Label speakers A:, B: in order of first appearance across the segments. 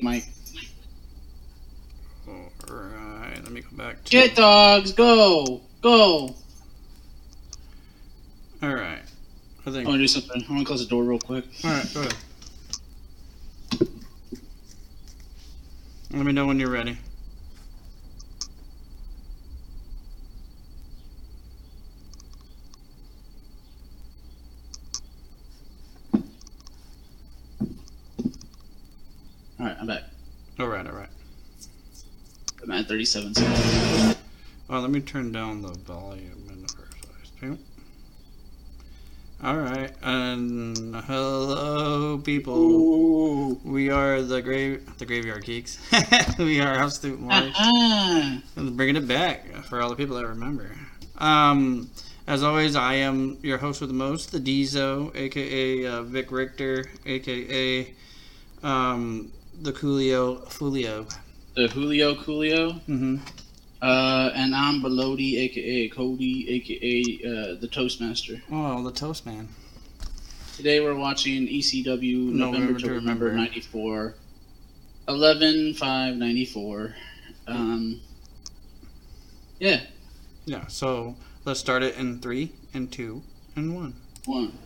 A: Mike.
B: Alright, let me go back to.
A: Jet dogs, go, go.
B: Alright. I
A: I
B: think.
A: want to do something. I want to close the door real quick.
B: Alright, go ahead. Let me know when you're ready.
A: All right, I'm back.
B: Alright, alright.
A: I'm at 37 seconds.
B: Oh, let me turn down the volume in the first place, too. Alright, and hello, people.
A: Ooh.
B: We are the grave, the graveyard geeks. we are House Student March.
A: Ah,
B: bringing it back for all the people that remember. Um, as always, I am your host with the most, the Dezo, aka uh, Vic Richter, aka um, the Coolio Fulio.
A: the Julio Coolio.
B: Mm-hmm.
A: Uh, and I'm Belody, aka Cody, aka uh, the Toastmaster.
B: Oh, the Toast Man.
A: Today we're watching ECW
B: November
A: November
B: to
A: to Remember
B: Remember.
A: 94, 11 5 94. Um, yeah,
B: Yeah. So let's start it in three, and two, and one.
A: one.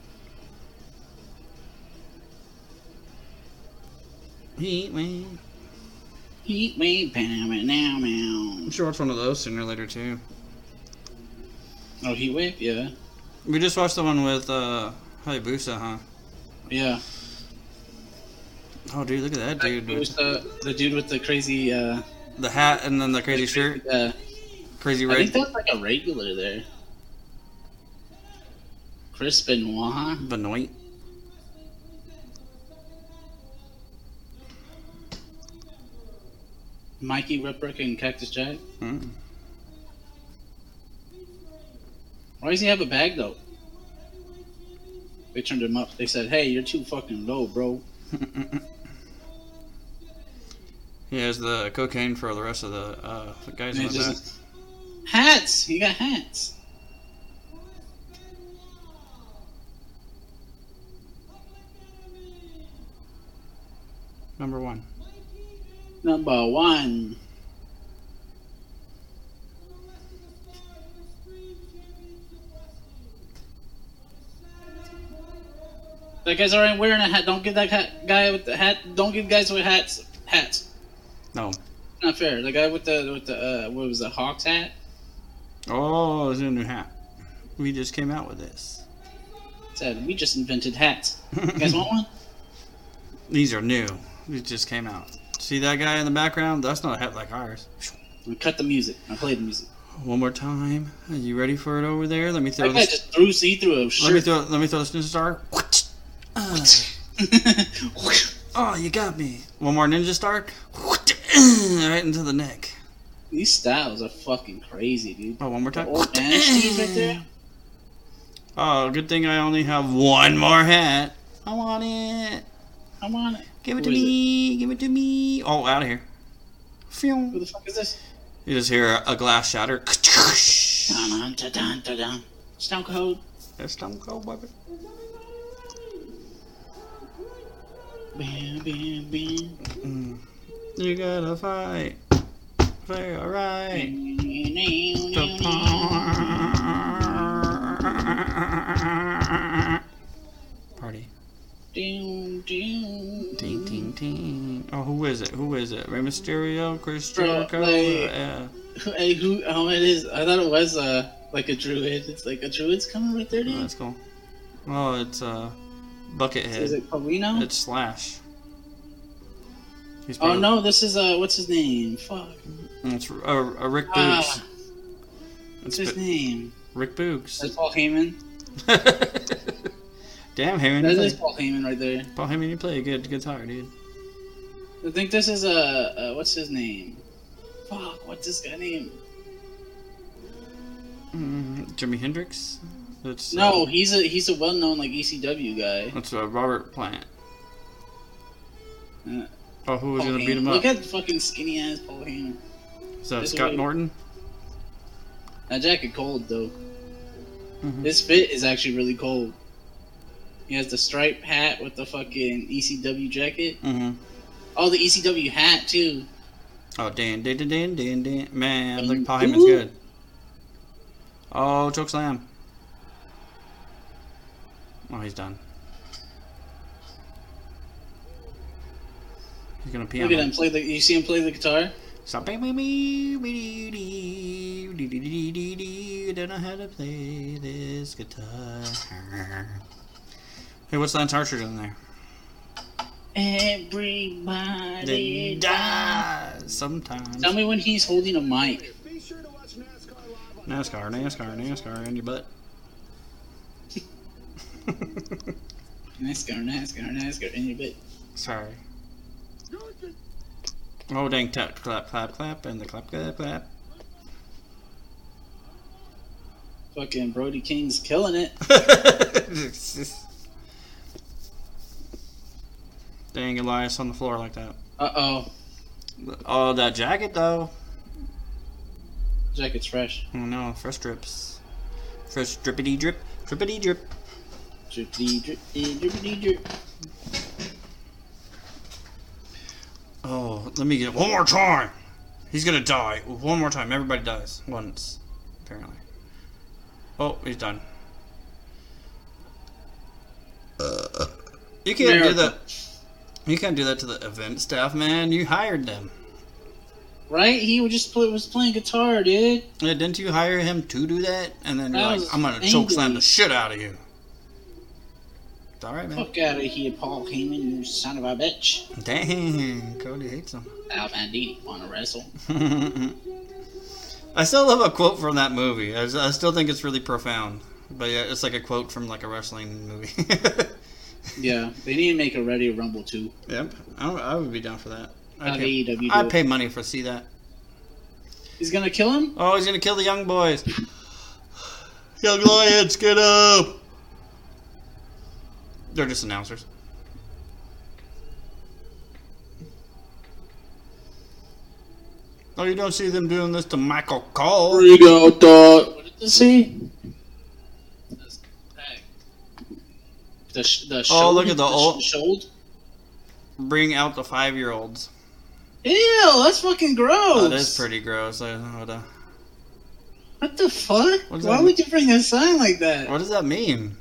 B: Heat man.
A: Heat me, bam, and now, now.
B: I'm sure watch one of those sooner or later too.
A: Oh, Heat Wave? Yeah.
B: We just watched the one with uh, Hayabusa, huh?
A: Yeah.
B: Oh, dude, look at that dude.
A: It was
B: with
A: the, the dude with the crazy, uh,
B: The hat and then the crazy shirt,
A: uh,
B: crazy
A: I think
B: red
A: that's like a regular there. Chris Benoit.
B: Benoit.
A: Mikey Riprick and Cactus Jack.
B: Mm.
A: Why does he have a bag though? They turned him up. They said, "Hey, you're too fucking low, bro."
B: He has the cocaine for the rest of the uh, the guys
A: And
B: in
A: it
B: the back.
A: just, hats. He got hats.
B: Number one.
A: Number one. That guy's already wearing a hat. Don't give that hat, guy with the hat. Don't give guys with hats hats.
B: No.
A: Not fair. The guy with the with the uh, what was the Hawks hat?
B: Oh, there's a new hat. We just came out with this.
A: Said we just invented hats. You guys want one?
B: These are new. These just came out. See that guy in the background? That's not a hat like ours.
A: I cut the music. I played the music.
B: One more time. Are you ready for it over there? Let me throw
A: That guy
B: this.
A: just threw see through a
B: Let me
A: shirt.
B: throw. Let me throw this ninja star. Uh, oh, you got me. One more ninja star. Right into the neck.
A: These styles are fucking crazy, dude.
B: Oh, one more time.
A: Old man Steve right there.
B: Oh, good thing I only have one more hat. I want it.
A: I'm on it.
B: Give it
A: Who
B: to
A: is
B: me. Give it to me. Oh, out of here.
A: Who
B: Phew.
A: the fuck is this?
B: You just hear a glass shatter.
A: Dun, dun, dun, dun, dun, dun. Stone Cold.
B: That's Stone Cold Weapon.
A: Bam, bam, bam.
B: Mm. You gotta fight. Play alright. Party.
A: Dun, dun.
B: Ding, ding, ding. Oh, who is it? Who is it? Rey Mysterio, Chris
A: Bro,
B: Jericho.
A: like-
B: uh,
A: Hey, who? Oh, it is. I thought it was uh like a druid. It's like a druid's coming right there,
B: oh,
A: dude.
B: that's cool. Oh, it's uh,
A: Is
B: Buckethead.
A: it Paulino?
B: It's Slash. He's
A: Oh
B: probably-
A: no, this is uh, what's his name? Fuck,
B: It's R- uh, uh, Rick
A: Ah.
B: Boogs.
A: what's
B: It's
A: his
B: B-
A: name?
B: Rick Boogs.
A: That's Paul Heyman.
B: Damn, Heyman,
A: That
B: you
A: is
B: play.
A: Paul Heyman right there.
B: Paul Heyman, you play a good guitar, dude.
A: I think this is uh, uh what's his name? Fuck, what's this guy name?
B: Mm, Jimi Hendrix. That's uh,
A: No, he's a he's a well-known like ECW guy.
B: that's uh, Robert Plant.
A: Uh,
B: Oh, who was
A: Paul
B: gonna beat
A: Heyman.
B: him up?
A: Look at the fucking skinny ass Paul Heyman.
B: Is that
A: this
B: Scott
A: way.
B: Norton?
A: That jacket cold though.
B: Mhm.
A: This fit is actually really cold. He has the stripe hat with the fucking ECW E jacket.
B: Mm-hmm.
A: Oh, the ECW hat too.
B: Oh, Dan, Dan, Dan, Dan, Dan, Dan. Man, look, Paul
A: Ooh.
B: Heyman's good. Oh, choke slam. Oh, he's done. He's gonna pee
A: Look
B: on
A: at him play the. You see him play the guitar.
B: Stop. Don't know how to play this guitar. Hey, what's Lance Archer doing there?
A: Everybody die.
B: die sometimes.
A: Tell me when he's holding a mic.
C: Be sure to watch NASCAR
B: NASCAR,
C: live on
B: NASCAR, NASCAR, in your butt.
A: NASCAR, NASCAR, NASCAR, in your bit.
B: Sorry. Oh dang! Tuck, clap, clap, clap, and the clap, clap, clap.
A: Fucking Brody King's killing it.
B: dang, Elias on the floor like that.
A: Uh oh,
B: Oh, that jacket though.
A: jacket's fresh.
B: Oh no, fresh drips. Fresh drippity drip, drippity drip.
A: Drippity, drippity, drippity, drip.
B: Oh, let me get it one more time. He's gonna die one more time. Everybody dies once, apparently. Oh, he's done. You can't do that. You can't do that to the event staff, man. You hired them.
A: Right? He was just play, was playing guitar, dude.
B: Yeah, Uh, didn't you hire him to do that? And then you're
A: I
B: like,
A: was
B: I'm gonna choke slam the
A: angry.
B: shit out of you. It's all right, man.
A: Fuck out of here, Paul Heyman, you son of a bitch.
B: Dang, Cody hates him.
A: Al Bandini wanna wrestle.
B: I still love a quote from that movie. I, I still think it's really profound. But yeah, it's like a quote from like a wrestling movie.
A: Yeah, they need to make a Ready Rumble too.
B: yep, I, I would be down for that.
A: Have
B: Okay.
A: AEW do
B: I'd
A: it.
B: pay money for see that.
A: He's gonna kill him?
B: Oh, he's gonna kill the young boys. young lions, get up! They're just announcers. Oh, you don't see them doing this to Michael Cole.
A: out What did this see? The, sh- the
B: Oh, look
A: shoulder-
B: at the old-
A: sh- shoulder.
B: Bring out the five-year-olds.
A: Ew, that's fucking gross.
B: Oh, that is pretty gross. I don't know what, the-
A: What the fuck?
B: What does
A: Why
B: that
A: would you bring a sign like that?
B: what does that mean?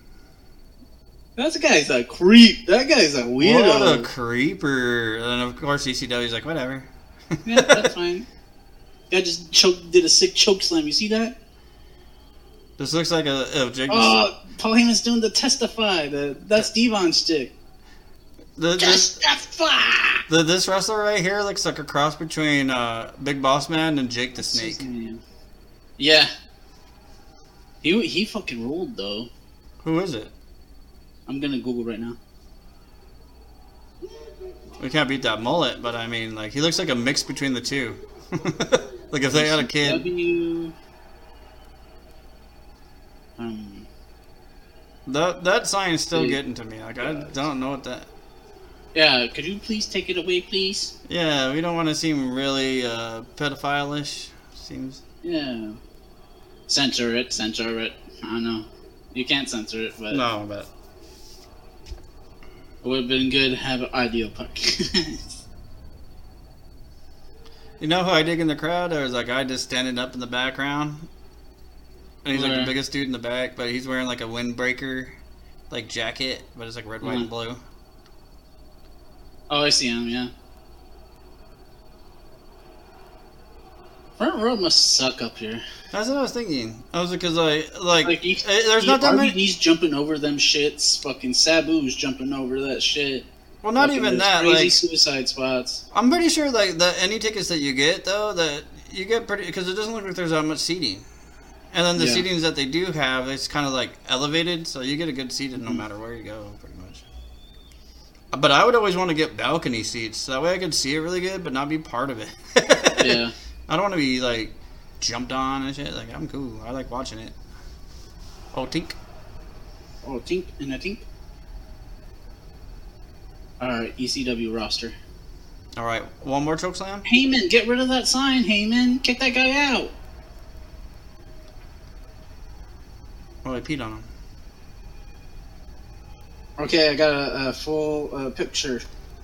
A: That guy's a creep. That guy's a
B: What a
A: weirdo.
B: creeper! And of course, E ECW's like, whatever.
A: yeah, that's fine. Guy just choked, did a sick choke slam. You see that?
B: this looks like a, a Jake.
A: Oh, Paul Heyman's doing the testify. The that's Devon stick.
B: the, the-
A: Testify.
B: The, this wrestler right here looks like a cross between uh, Big Boss Man and Jake the Snake.
A: Yeah. He he fucking ruled though.
B: Who is it?
A: I'm gonna Google right now.
B: We can't beat that mullet, but I mean, like, he looks like a mix between the two. like if they had a kid,
A: E W. Um,
B: that that sign is still
A: Dude.
B: getting to me. Like I don't know what that.
A: yeah, could you please take it away, please?
B: Yeah, we don't want to seem really uh, pedophile-ish. Seems.
A: Yeah. Censor it, censor it. I don't know. You can't censor it, but
B: No, but
A: it would have been good to have an audio podcast.
B: you know who I dig in the crowd? There was a guy just standing up in the background, and he's like
A: Where?
B: the biggest dude in the back, but he's wearing like a windbreaker, like jacket, but it's like red, white, and
A: Mhm.
B: blue.
A: Oh, I see him, yeah. Front row must suck up here.
B: That's what I was thinking. I was because I like,
A: Like, you-
B: eh, there's not that many.
A: RVD's jumping over them shits. Fucking Sabu's jumping over that shit.
B: Well, not
A: Fucking
B: even
A: those
B: that.
A: Crazy
B: Like,
A: suicide spots.
B: I'm pretty sure like the any tickets that you get though that you get pretty because it doesn't look like there's that much seating, and then the
A: Yeah.
B: seatings that they do have it's kind of like elevated, so you get a good seat no
A: Mm-hmm.
B: matter where you go, pretty much. But I would always want to get balcony seats. so That way I could see it really good, but not be part of it.
A: Yeah.
B: I don't want to be like jumped on and shit. Like I'm cool. I like watching it. Oh, tink.
A: Oh, tink and a tink. Alright, ECW E roster.
B: All right, one more choke slam.
A: Heyman, get rid of that sign, Heyman. Kick that guy out.
B: Oh, I peed on him.
A: Okay, I got a, a full uh, picture.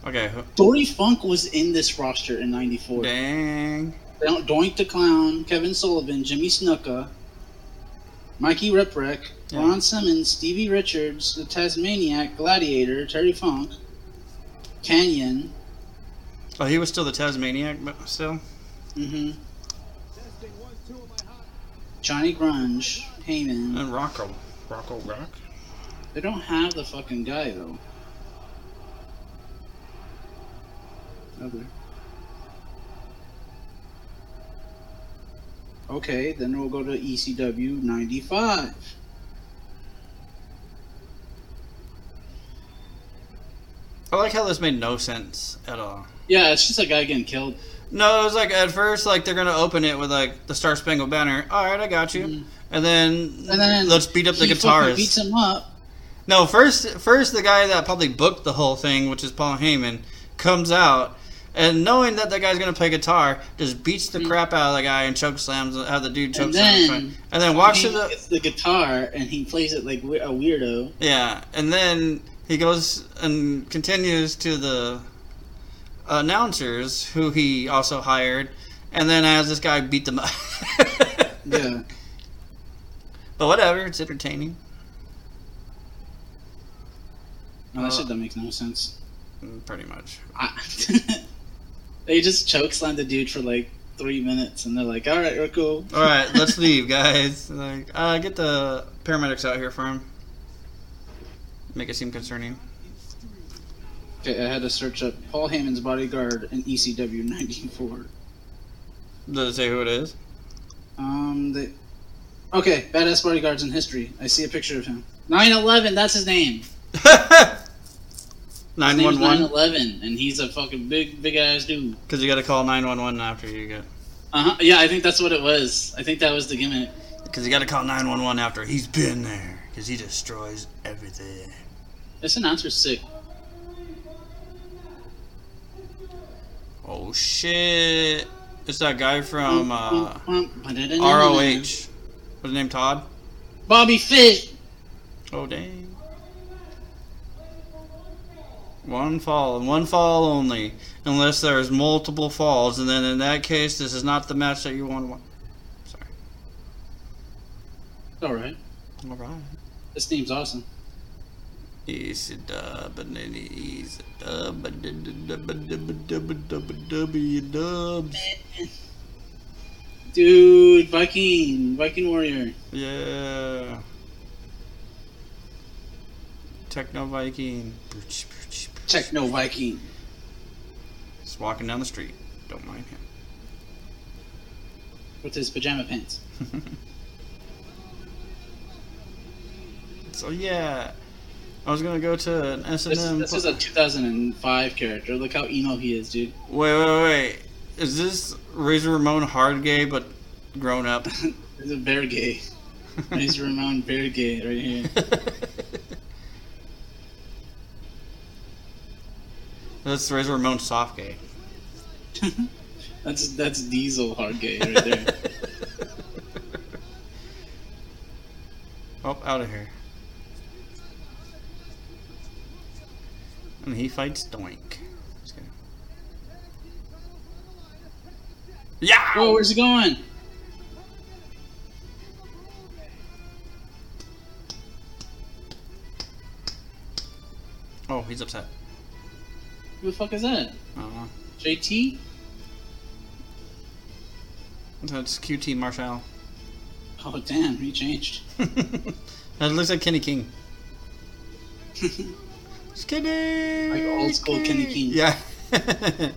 B: Okay. who-
A: Dory Funk was in this roster in '94.
B: Dang.
A: Do- Doink the Clown, Kevin Sullivan, Jimmy Snuka, Mikey Riprek,
B: Yeah.
A: Ron Simmons, Stevie Richards, the Tasmaniac, Gladiator, Terry Funk, Canyon.
B: Oh, he was still the Tasmaniac, but still.
A: Mm-hmm. Johnny Grunge, Heyman.
B: And Rocko. Rocko Rock.
A: They don't have the fucking guy though. Okay. Okay, then we'll go to E ECW 95.
B: I like how this made no sense at all.
A: Yeah, it's just a guy getting killed.
B: No, it was like at first, like they're gonna open it with like the Star Spangled Banner. All right, I got you.
A: Mhm.
B: And then
A: And then
B: let's beat up the
A: He fucking
B: guitarist.
A: beats him up.
B: No, first, first the guy that probably booked the whole thing, which is Paul Heyman, comes out, and knowing that that guy's gonna play guitar, just beats the crap out of the guy and choke slams. How the dude choke
A: And
B: slams,
A: then-
B: him. and then walks
A: he
B: to the
A: gets the guitar and he plays it like we- a weirdo.
B: yeah, and then he goes and continues to the announcers who he also hired, and then has this guy beat them up.
A: Yeah.
B: but whatever, it's entertaining.
A: No, that
B: Uh,
A: shit don't make no sense.
B: Mm, Pretty much.
A: I- they just chokeslam the dude for like three minutes and they're like, alright, we're cool.
B: All right, let's leave, guys. Like, uh, get the paramedics out here for him. Make it seem concerning.
A: Okay, I had to search up Paul Heyman's bodyguard in E ECW '94.
B: Does it say who it is?
A: Um, they, okay, badass bodyguards in history. I see a picture of him. 9/11, that's his name. His
B: Nine
A: name is
B: one one.
A: 9/11, and he's a fucking big, big ass dude.
B: Because you got to call nine one one after you get.
A: Uh huh. Yeah, I think that's what it was. I think that was the gimmick.
B: Because you got to call nine one one after he's been there. Because he destroys everything.
A: This announcer's sick.
B: Oh shit! It's that guy from uh,
A: Mm-hmm.
B: ROH.
A: ROH.
B: What's his name? Todd.
A: Bobby Fish.
B: Oh dang. One fall and one fall only, unless there's multiple falls, and then in that case, this is not the match that you want. to wa- Sorry.
A: All right,
B: All right.
A: this name's awesome.
B: Easy dub and then easy dub and then the dub and dub and dub and dub and W dubs.
A: Dude, Viking, Viking warrior.
B: Yeah. Techno Viking. Brooch, brooch, brooch.
A: Techno Viking.
B: Just walking down the street. Don't mind him.
A: with his pajama pants.
B: So yeah, I was gonna go to an S and
A: This,
B: M.
A: this is a 2005 character. Look how emo he is, dude.
B: wait, wait, wait. Is this Razor Ramon hard gay but grown up?
A: He's a bear gay. He's Ramon bear gay right here.
B: That's Razor Ramon soft gay.
A: That's that's Diesel hard gay right there.
B: oh, out of here. And he fights Doink. Just kidding. Yeah!
A: Whoa, where's he going?
B: Oh, he's upset.
A: Who the fuck is that?
B: Uh,
A: JT?
B: that's QT Marshall.
A: Oh damn, he changed.
B: that looks like Kenny King. Just kidding.
A: Like old school Kenny King.
B: Yeah.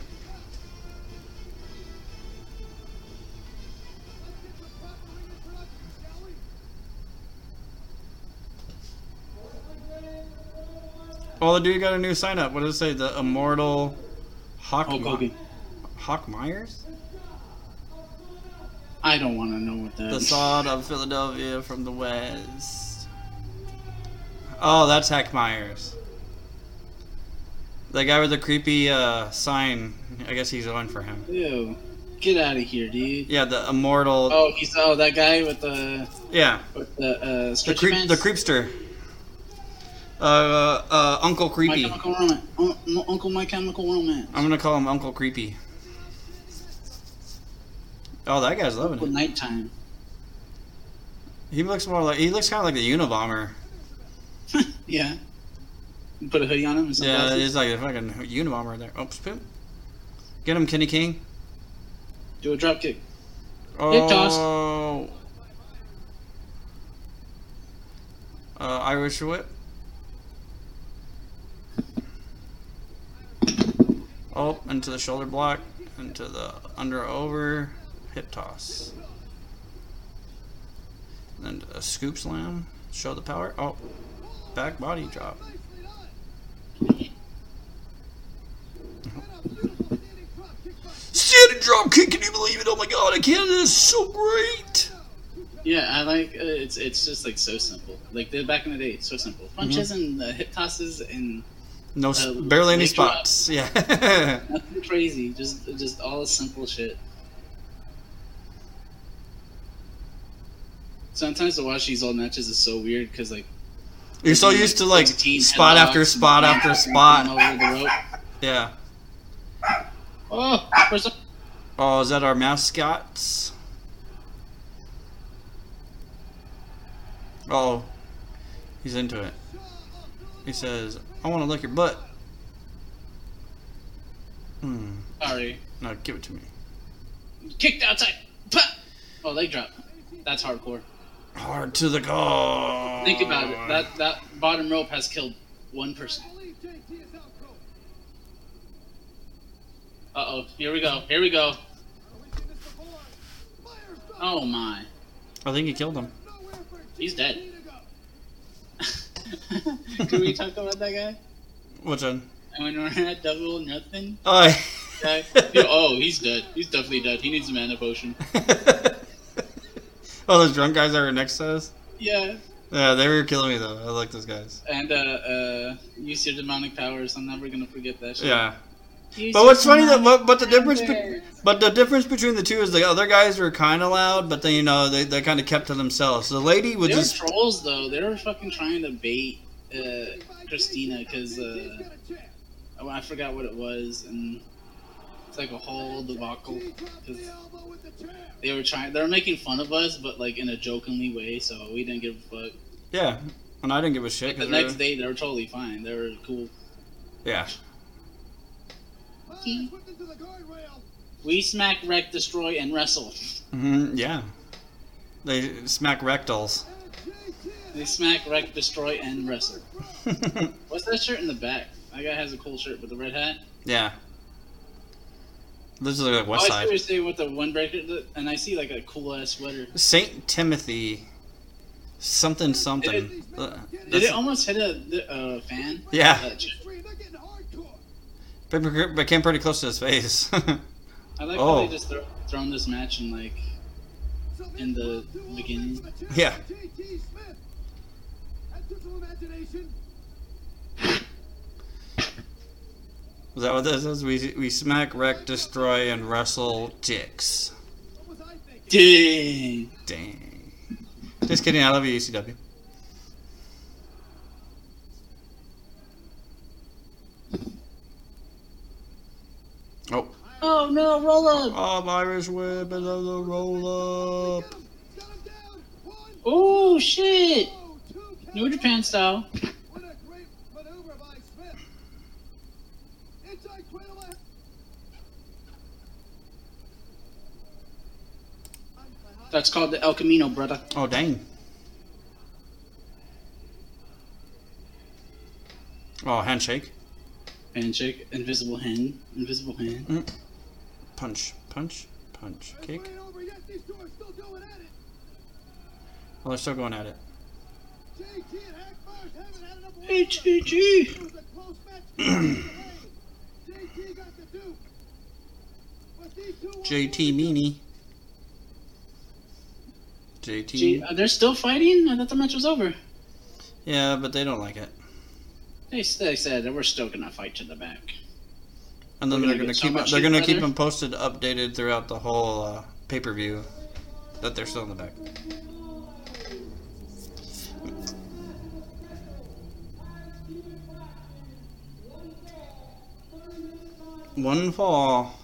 B: oh, the dude got a new sign up. What does it say? The immortal Hawk.
A: Hulk
B: Mi-
A: Hogan.
B: Hawk Myers.
A: I don't want to know what that.
B: The
A: is.
B: sod of Philadelphia from the west. Oh, that's Hack Myers. The guy with the creepy uh, sign. I guess he's on for him.
A: Ew. Get out of here, dude.
B: Yeah, the immortal.
A: Oh, he's oh that guy with the
B: Yeah,
A: with the uh,
B: the
A: stretchy
B: creep,
A: pants.
B: the creepster. uh, uh, Uncle
A: My
B: Creepy.
A: Chemical Romance. Un- no, Uncle My Chemical Romance.
B: I'm gonna call him Uncle Creepy. Oh, that guy's loving
A: Uncle
B: it.
A: Nighttime.
B: He looks more like he looks kind of like the Unabomber.
A: yeah. You put a hoodie on him and
B: Yeah,
A: sunglasses.
B: it's like a fucking Unabomber there. Oops, poop. Get him, Kenny King.
A: Do a drop kick. Hip toss.
B: Oh. Uh, Irish whip. Oh, into the shoulder block, into the under over, hip toss. And then a scoop slam, show the power. Oh, back body drop. Standing drop kick, can you believe it? Oh my god, I can't, this is so great!
A: Yeah, I like uh, it's it's just like so simple. Like the, back in the day, it's so simple.
B: Mm-hmm.
A: Punches and uh, hip tosses and
B: No, s
A: Uh,
B: barely any
A: leg drop.
B: spots. Yeah.
A: nothing crazy. Just just all simple shit. Sometimes to watch these old matches is so weird because like
B: You're so used to like
A: 16
B: spot
A: headlocks
B: after
A: and
B: spot
A: then
B: after
A: ramping
B: spot.
A: them over the rope.
B: Yeah.
A: Oh, where's the-
B: Oh, is that our mascots? Oh, he's into it. He says, "I want to lick your butt." Hmm.
A: sorry,
B: No, give it to me.
A: kicked outside. Pah! Oh, leg drop. That's hardcore.
B: Hard to the goal.
A: Think about
B: Oh,
A: it. That that bottom rope has killed one person. Uh oh, here we go. Here we go. Oh my,
B: I think he killed him.
A: he's dead. Can we talk about that guy?
B: Which one?
A: And when we're at double nothing,
B: Oh.
A: guy, dude, oh, he's dead. He's definitely dead. He needs a man potion.
B: oh, those drunk guys that were next to us.
A: Yeah,
B: Yeah, they were killing me though. I like those guys.
A: and uh, uh, use your demonic powers. I'm never gonna forget that. Shit.
B: Yeah.
A: Use
B: But
A: your
B: what's funny that
A: demonic
B: but, but the difference be,
A: powers.
B: but the difference between the two is the other guys were kind of loud, but then you know they, they kind of kept to themselves. The lady was
A: They were
B: just
A: trolls though. They were fucking trying to bait uh, Christina because uh, oh, I forgot what it was, and it's like a whole debacle. 'cause They were trying. They were making fun of us, but like in a jokingly way, so we didn't give a fuck.
B: yeah, and I didn't give a shit.
A: The
B: 'cause
A: next
B: we-
A: day, they were totally fine. They were cool.
B: yeah,
A: We smack, wreck, destroy, and wrestle.
B: hmm yeah, they smack rectals.
A: They smack, wreck, destroy, and wrestle. What's that shirt in the back? That guy has a cool shirt with the red hat.
B: yeah, this is like
A: Oh,
B: West
A: I see what you're
B: Side
A: saying with the windbreaker, and I see like a cool ass sweater.
B: Saint Timothy, something something. Uh,
A: Did
B: that's-
A: it almost hit a, a fan?
B: Yeah.
A: Uh, ch-
B: but but came pretty close to his face.
A: I like
B: Oh.
A: how they just throw, thrown this match in like in the beginning.
B: yeah. Is that what this is? We, we smack, wreck, destroy, and wrestle dicks.
A: Dang.
B: Dang. Just kidding, I love you, E ECW. Oh.
A: Oh no, roll up.
B: Oh, Irish whip and another roll up.
A: Oh shit. New
C: New
A: Japan
C: Japan.
A: style.
C: What a great maneuver by Smith. Inside Quinn left.
A: That's called the El Camino, brother.
B: Oh, dang. Oh, handshake.
A: Handshake, invisible hand, invisible hand.
B: Mm. Punch, punch, punch,
C: It's
B: kick.
C: right over. Yes, these two are still going at it.
B: Well, Oh, they're still going at it.
C: JT and Hackford haven't had enough. work.
A: HGG.
C: It was a close match. JT got the Duke. But these two are-
B: JT Meanie. JT.
A: Gee, uh, they're still fighting? I thought the match was over.
B: Yeah, but they don't like it.
A: They, s- they said that we're still gonna fight to the back.
B: And then
A: We're
B: they're
A: gonna
B: gonna
A: get so
B: keep
A: much
B: they're gonna keep
A: further.
B: them posted, updated throughout the whole uh, pay per view that they're still in the back. One fall,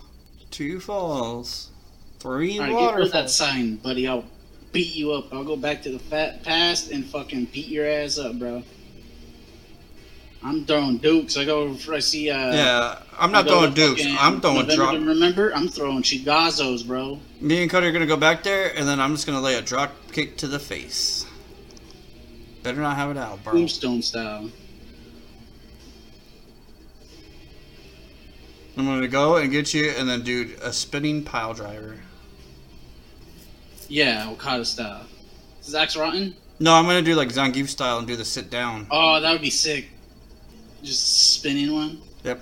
B: two falls, three
A: All right, get rid of that
B: waterfalls.
A: sign, buddy. I'll beat you up. I'll go back to the fat past and fucking beat your ass up, bro. I'm throwing dukes. I go. I see. Uh,
B: yeah, I'm not
A: I go
B: throwing
A: to
B: dukes.
A: fucking
B: I'm throwing
A: November
B: drop.
A: to Remember, I'm throwing chigazos, bro.
B: Me and Cody are gonna go back there, and then I'm just gonna lay a drop kick to the face. Better not have it out, bro.
A: Tombstone style.
B: I'm gonna go and get you, and then do a spinning pile driver.
A: Yeah, Okada style. Is Axe Rotten?
B: No, I'm gonna do like Zangief style and do the sit down.
A: Oh, that would be sick. Just spinning one.
B: Yep.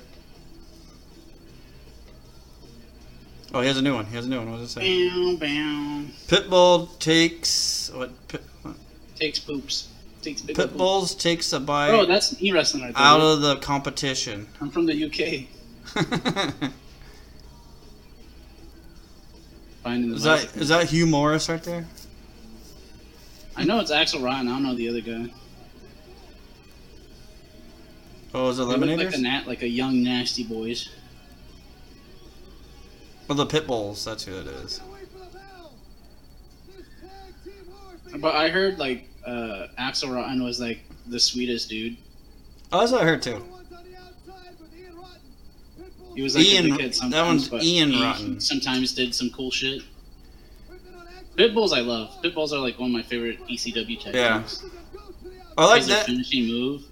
B: Oh, he has a new one. He has a new one. What does it say?
A: Bam, bam.
B: Pitbull takes what? Pit, what?
A: Takes poops. Takes big old poops.
B: Pitbulls takes a bite
A: Bro, that's e wrestling right there.
B: out of the competition.
A: I'm from the UK.
B: is
A: Finding the
B: that is that Hugh Morris right there?
A: I know it's Axel Rotten. I don't know the other guy.
B: Oh, is it
A: They look like a
B: Eliminators?
A: nat, like a young nasty boys.
B: Oh, the Pitbulls. That's who it is.
A: But I heard like uh, Axel Rotten was like the sweetest dude.
B: Oh, that's what I heard too.
A: He was like
B: Ian-
A: a dickhead
B: that
A: sometimes.
B: one's
A: but
B: Ian
A: he
B: Rotten.
A: Sometimes did some cool shit. Pitbulls I love. Pitbulls are like one of my favorite E ECW tag
B: Yeah.
A: teams.
B: Oh, I like
A: Their
B: that.
A: finishing move.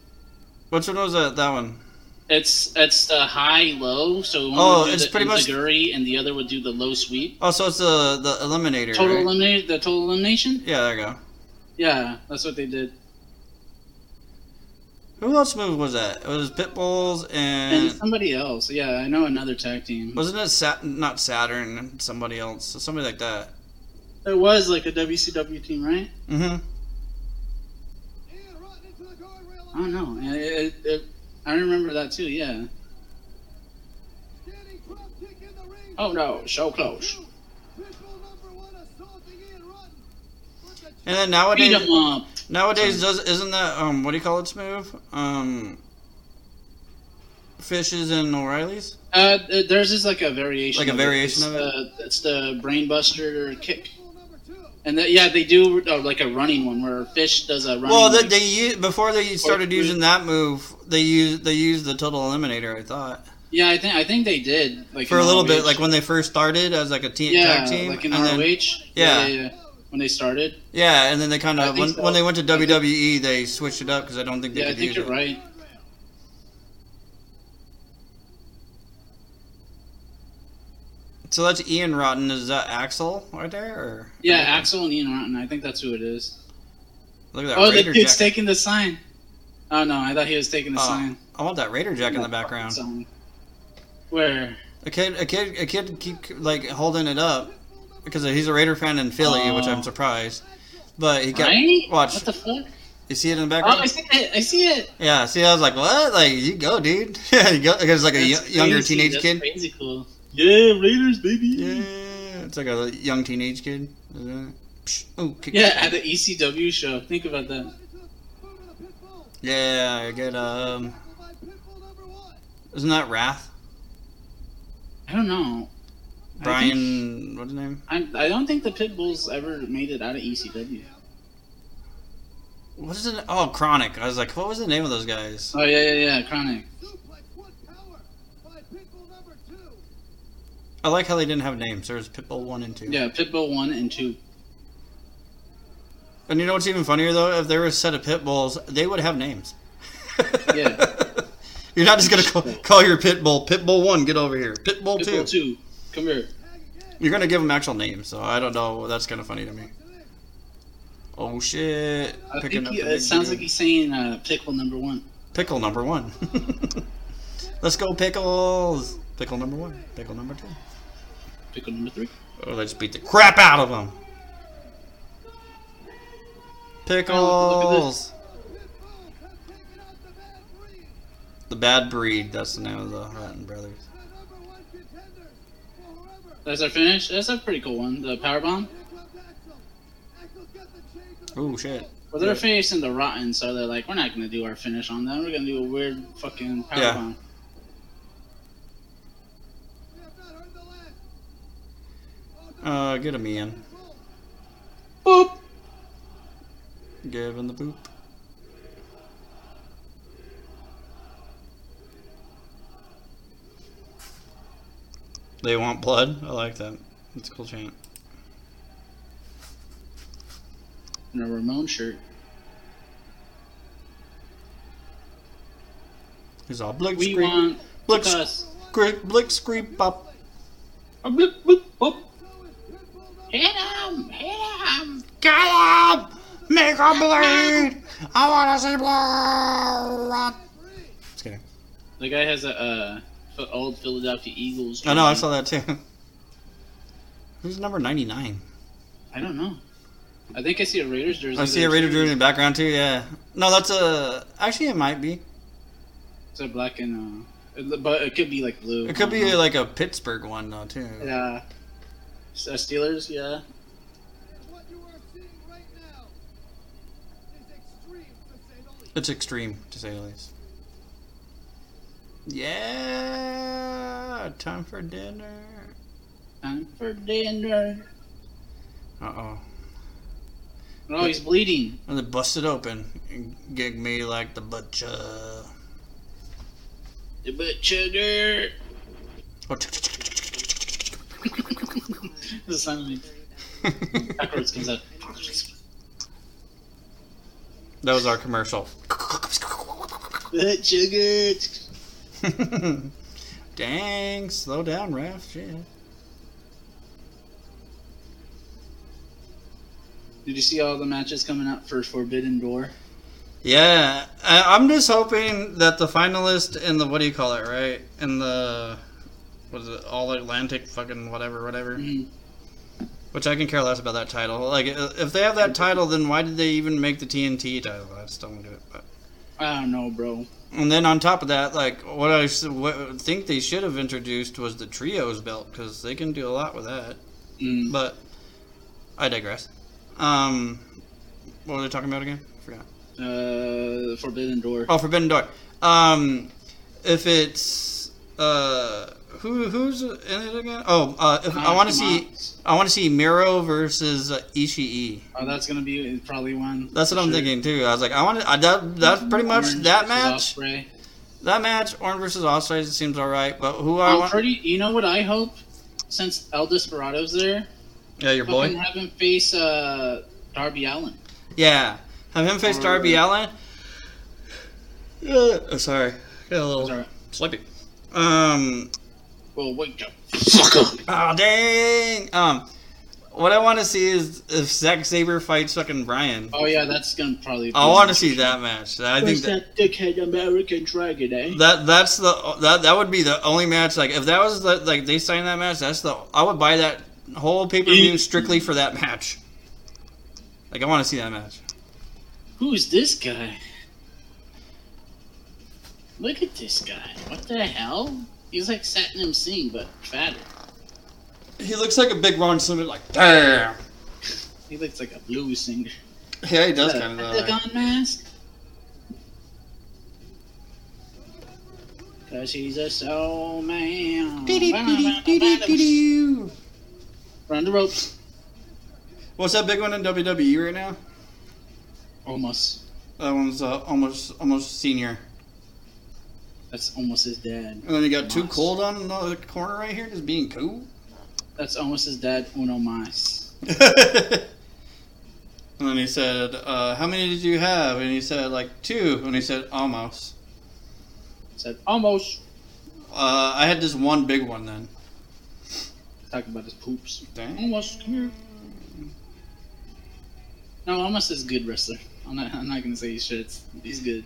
B: Which one was that? That one.
A: It's it's the high low. So one
B: Oh,
A: would do
B: it's
A: the
B: pretty much-
A: enziguri and the other would do the low sweep.
B: Oh, so it's the the Eliminator.
A: Total
B: right?
A: elimination. The total elimination.
B: yeah, there you go.
A: Yeah, that's what they did.
B: Who else move was that? It was Pitbulls
A: And
B: and
A: somebody else. Yeah, I know another tag team.
B: wasn't it Sat- not Saturn? Somebody else, somebody like that.
A: There was like a WCW team, right?
B: Mm-hmm.
A: I don't know. It, it, it, I remember that too. Yeah. Oh no, so close.
B: And then
A: Beat
B: nowadays,
A: him up.
B: nowadays does isn't that um what do you call its move? Um, fishes and O'Reilly's.
A: Uh, th- there's just like a variation.
B: Like a
A: of
B: variation
A: it.
B: of
A: It's,
B: it?
A: The, it's the brainbuster kick, and the, yeah, they do uh, like a running one where Fish does a running.
B: Well,
A: like,
B: that they u- before they started
A: three.
B: using that move, they used they used the total eliminator. I thought
A: yeah, I think I think they did like
B: for a
A: in
B: little
A: ROH.
B: bit, like when they first started as like a team
A: yeah,
B: tag team,
A: like in
B: and
A: ROH.
B: then
A: yeah,
B: yeah.
A: yeah, when they started.
B: yeah, and then they kind
A: I
B: of
A: think
B: when,
A: so.
B: when they went to
A: I think-
B: WWE, they switched it up because I don't think they
A: Yeah, I
B: could
A: think
B: use
A: you're
B: it.
A: right.
B: So that's Ian Rotten. Is that Axel right there? Or
A: Yeah, Axel and Ian Rotten. I think that's who it is.
B: Look at that
A: Oh, the
B: Raider
A: dude's
B: jacket.
A: taking the sign. Oh no, I thought he was taking the
B: Oh,
A: sign.
B: I want that Raider Jack in the background.
A: Sign. Where?
B: A kid, a kid, a kid keep like holding it up because he's a Raider fan in Philly, which I'm
A: Oh.
B: surprised. But he got
A: Right?
B: watch.
A: What the fuck?
B: you see it in the
A: Oh,
B: background.
A: I see it. I see it.
B: yeah, see, I was like, what? Like you go, dude. yeah, you go because like a yo-
A: That's
B: younger
A: crazy.
B: teenage
A: That's
B: kid.
A: Crazy cool. Yeah, Raiders, baby.
B: Yeah,
A: Yeah.
B: it's like a young teenage kid. Oh,
A: at the ECW show. Think about that.
B: yeah. I get um. Isn't that Wrath?
A: I don't know.
B: Brian, what's his name?
A: I, I don't think the Pitbulls ever made it out of E ECW.
B: What is it? Oh, Chronic. I was like, what was the name of those guys?
A: Oh yeah, yeah, yeah. Chronic.
B: I like how they didn't have names. There was Pitbull one and two.
A: Yeah, Pitbull one and two.
B: And you know what's even funnier though? If there was a set of pit bulls, they would have names.
A: Yeah.
B: You're not just gonna call, call your pit bull pit bull one. Get over here. Pit bull two.
A: Pitbull two. Come here.
B: You're gonna give them actual names, so I don't know. That's kind of funny to me. Oh shit!
A: I
B: Picking
A: think he,
B: the big
A: it sounds
B: dude.
A: like he's saying uh, pickle number one.
B: pickle number one. Let's go pickles. Pickle number one. Pickle number two.
A: Pickle number three.
B: Oh, they just beat the crap out of them.
A: Oh, look at
B: Pickles. The Bad Breed, that's the name of the Rotten Brothers.
A: That's our finish. That's a pretty cool one. The power bomb.
B: Oh shit.
A: Well, they're facing the rotten, so they're like, we're not gonna do our finish on them. We're gonna do a weird fucking power
B: Yeah.
A: bomb.
C: Oh,
B: Uh, get him, Ian.
A: Boop.
B: Give him the boop. They want blood? I like that. It's a cool chant.
A: In a Ramon shirt.
B: He's all blick
A: We
B: screep.
A: want
B: Blick
A: us.
B: screep, blick screep up.
A: A Boop, boop, boop. Hit him! Hit him!
B: Get him! Make him bleed! I wanna see blood! Just kidding.
A: The guy has a uh, ph- old Philadelphia Eagles.
B: I know, Oh, I
A: jersey.
B: saw that too. Who's number 99?
A: I don't know. I think I see a Raiders jersey.
B: I see a
A: there,
B: Raider
A: too.
B: jersey in the background too, yeah. No, that's a. Actually, it might be.
A: It's a black and uh, it- but it could be like blue.
B: It could
A: I
B: be
A: don't know.
B: like a Pittsburgh one though too.
A: yeah. S- uh, Steelers, yeah.
C: What you are seeing right now is extreme, to say the least.
B: It's extreme to say the least. Yeah, time for dinner.
A: Time for dinner.
B: Uh oh.
A: Oh, he's bleeding.
B: And they bust it open and gig me like the butcher.
A: The butcher.
B: Oh,
A: the sound of me. Cockroach comes out.
B: that was our commercial.
A: But sugar.
B: Dang, slow down, ref. Shit.
A: Did you see all the matches coming up for Forbidden Door?
B: Yeah, I, I'm just hoping that the finalist in the what do you call it, right? In the was it All Atlantic fucking whatever, whatever.
A: Mhm.
B: Which I can care less about that title. Like, i- if they have that title, then why did they even make the TNT title? I just don't do it. But
A: I don't know, bro.
B: and then on top of that, like what I s- what I think they should have introduced was the trios belt because they can do a lot with that.
A: Mm.
B: But I digress. Um, what were they talking about again? I forgot.
A: Uh, Forbidden Door.
B: Oh, Forbidden Door. Um, if it's uh, who who's in it again? Oh, uh, if, I want to see I want to see Miro versus uh, Ishii.
A: Oh, that's gonna be probably one.
B: That's what
A: for
B: I'm
A: sure.
B: thinking too. I was like, I want to. That, that's pretty much
A: Orange
B: that
A: versus
B: match.
A: Ospreay.
B: That match, Orange versus Osprey, seems all right. But who I
A: I'm
B: want?
A: pretty. You know what I hope? Since El Desperado's there,
B: Yeah, your
A: fucking
B: boy.
A: have him face uh, Darby Allen.
B: Yeah, have him face Darby
A: Or-
B: Allen. Uh, oh, sorry, got a
A: That's
B: little
A: all right.
B: sleepy. Um,
A: Well, wake the fuck up.
B: Oh dang! Um, what I want to see is if Zack Saber fights fucking Brian.
A: Oh yeah, that's gonna probably. Be
B: I want to see that match. I think
A: Where's
B: that,
A: that dickhead American Dragon, eh?
B: that that's the that that would be the only match. Like if that was the, like they signed that match, that's the I would buy that whole pay per view
A: Mm.
B: strictly for that match. Like I want to see that match.
A: Who's this guy? Look at this guy. What the hell? He's like Satnam Singh, but fatter.
B: He looks like a big Ron Simmons. Like damn.
A: He looks like a blues singer.
B: Yeah, he does
A: Uh,
B: kind of.
A: Pentagon mask. Cause he's a soul man. Run the ropes.
B: What's that big one in WWE right now?
A: Almost.
B: That one's uh, almost almost senior.
A: That's almost his dad.
B: And then you got too
A: Nice.
B: cold on in the corner right here, just being cool.
A: That's almost his dad, Uno Mas.
B: and then he said, uh, "How many did you have?" And he said, "Like two. And he said, "Almost."
A: Said almost.
B: Uh, I had this one big one then.
A: Talking about his poops.
B: Dang.
A: Almost. Come here. No, almost is a good wrestler. I'm not. I'm not gonna say he shits. He's good.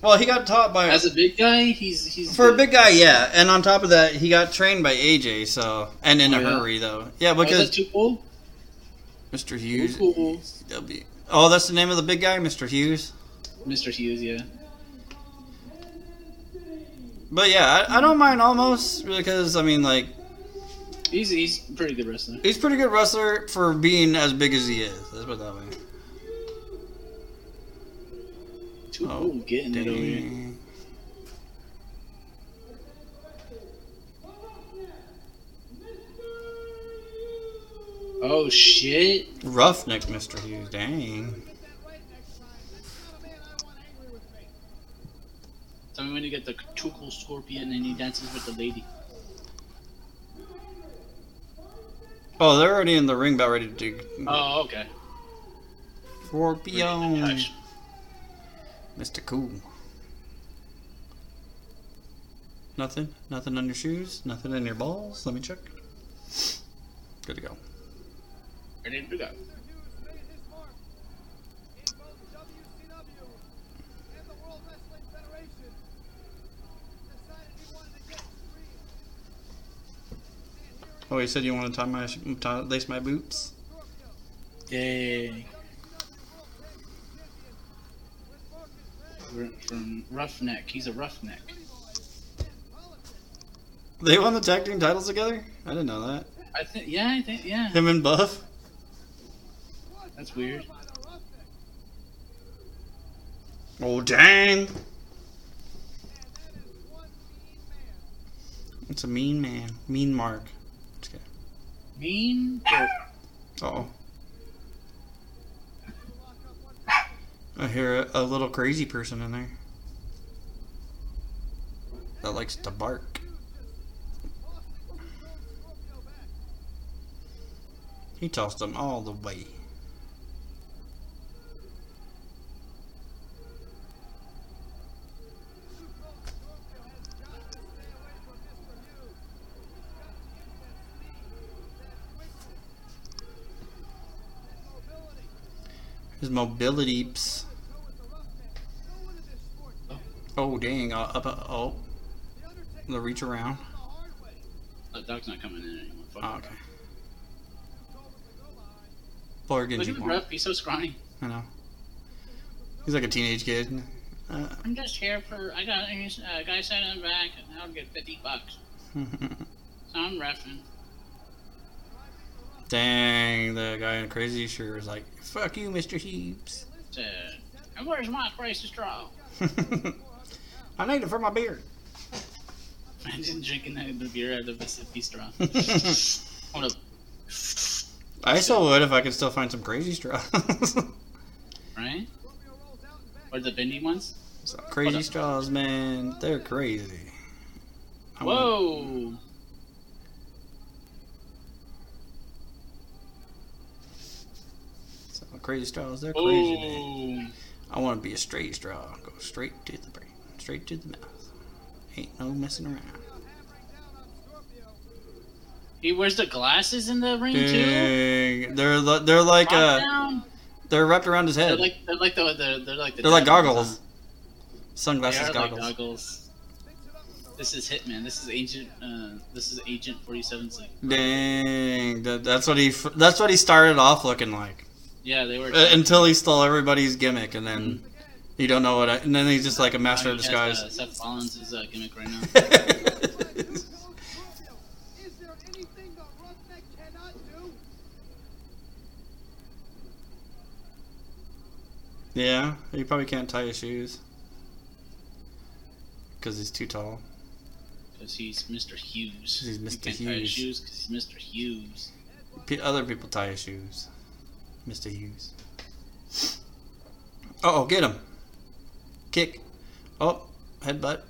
B: Well, he got taught by
A: As a big guy, he's he's
B: for a
A: good.
B: big guy, yeah. And on top of that, he got trained by AJ. So and in
A: Oh,
B: a
A: yeah?
B: hurry though, yeah,
A: Oh, is that
B: because
A: too cool?
B: Mr.
A: Too
B: Hughes.
A: cool.
B: W. Oh, that's the name of the big guy, Mr. Hughes.
A: Mr. Hughes, yeah.
B: But yeah, I, I don't mind almost because I mean, like
A: He's he's a pretty good wrestler.
B: he's a pretty good wrestler for being as big as he is. Let's put it that way.
A: Too
B: Oh,
A: cool getting it over here.
B: Dang.
A: Oh shit!
B: Roughneck Mr. Hughes, dang.
C: Get that right next time. That's not a man I want angry with me.
A: Tell me when you get the Tukul Scorpion and he dances with the lady.
B: Oh, they're already in the ring about ready to do
A: Oh, okay.
B: Scorpion.
A: Hush.
B: Mr. Cool. Nothing? Nothing on your shoes? Nothing in your balls? Let me check. Good to go.
A: Ready to go.
C: Mr. Hughes made his mark in both WCW and the World Wrestling Federation. Decided he wanted to get free.
B: Oh, he said you want to tie my, tie, lace my boots?
A: Yay.
C: WCW World Tag Team Champion with Marcus Ray,
A: We're From Roughneck. He's a roughneck.
C: Pretty Boys, and Politics.
B: They won the tag team titles together? I didn't know that.
A: I think, yeah, I think, yeah.
B: Him and Buff?
C: Was
A: That's weird.
C: powered by the Roughneck.
B: Oh, dang.
C: And that is one mean man.
B: It's a mean man. Mean Mark. Just kidding.
A: Mean? but-
B: Uh-oh.
C: Lock up one
B: I hear a, a little crazy person in there. That likes to bark.
C: Hughes just tossed the two-thirds Scorpio back.
B: He tossed them all the way.
C: Two-thirds Scorpio has got to stay away from Mr. Hughes. He's got to get that speed, that quickness, that mobility.
B: His mobility. Pss.
C: Go with the roughneck. No one in this sport can.
B: Oh dang! Uh, up, uh, oh,
C: The Undertaker
B: the reach around.
C: the hard way.
A: That dog's not coming in anymore. Fuck
B: Oh,
A: that
B: okay.
A: dog.
C: Over the goal line.
B: Bargain
A: Look
B: you
A: at the
B: want.
A: ref. He's so scrawny.
B: I know. He's like a teenage kid. Uh,
A: I'm just here for. I got a guy sat in the back, and I'll get 50 bucks.
B: Uh,
A: So I'm refing.
B: dang! The guy in a crazy shirt was like, "Fuck you, Mr. Heaps."
A: Said, and where's my price to straw?
B: I need it for my beard.
A: Imagine drinking that the beer out of a sippy straw. Hold up.
B: I still would if I could still find some crazy straw.
A: Right?
C: Scorpio rolls out and back.
A: Or the bendy ones?
B: Some crazy straws, man. They're crazy. I want-
A: Whoa!
B: some crazy straws. They're crazy, man.
A: Oh!
B: I want to be a straight straw. Go straight to the brain, straight to the mouth. Ain't no messing around.
C: Now hammering down on Scorpio.
A: He wears the glasses in the ring too?
B: Dang, they're li- they're like uh,
A: Lockdown?
B: they're wrapped around his
A: They're
B: head.
A: like they're like the, the they're like the
B: They're like
A: goggles.
B: goggles, sunglasses
A: they are
B: goggles.
A: Like goggles.
C: Picks it up with the
A: This is Hitman. This is Agent. Uh, this is Agent 47's. Like,
B: Dang, that, that's what he f- that's what he started off looking like
A: yeah, they were.
B: Uh, until he stole everybody's gimmick, and then you don't know what. I, and then he's just like a master of
A: He has,
B: disguise.
A: Uh, Seth Rollins is uh, gimmick right now.
C: Scorpio. Is there anything the roughneck cannot do?
B: yeah, you probably can't tie his shoes because he's too tall.
A: Because he's Mr. Hughes.
B: He's
A: You can't
B: Mr.
A: tie his
B: Hughes.
A: shoes 'cause he's Mr. Hughes.
B: P- other people tie his shoes. Mr. Hughes. Oh, get him. Kick. Oh, headbutt.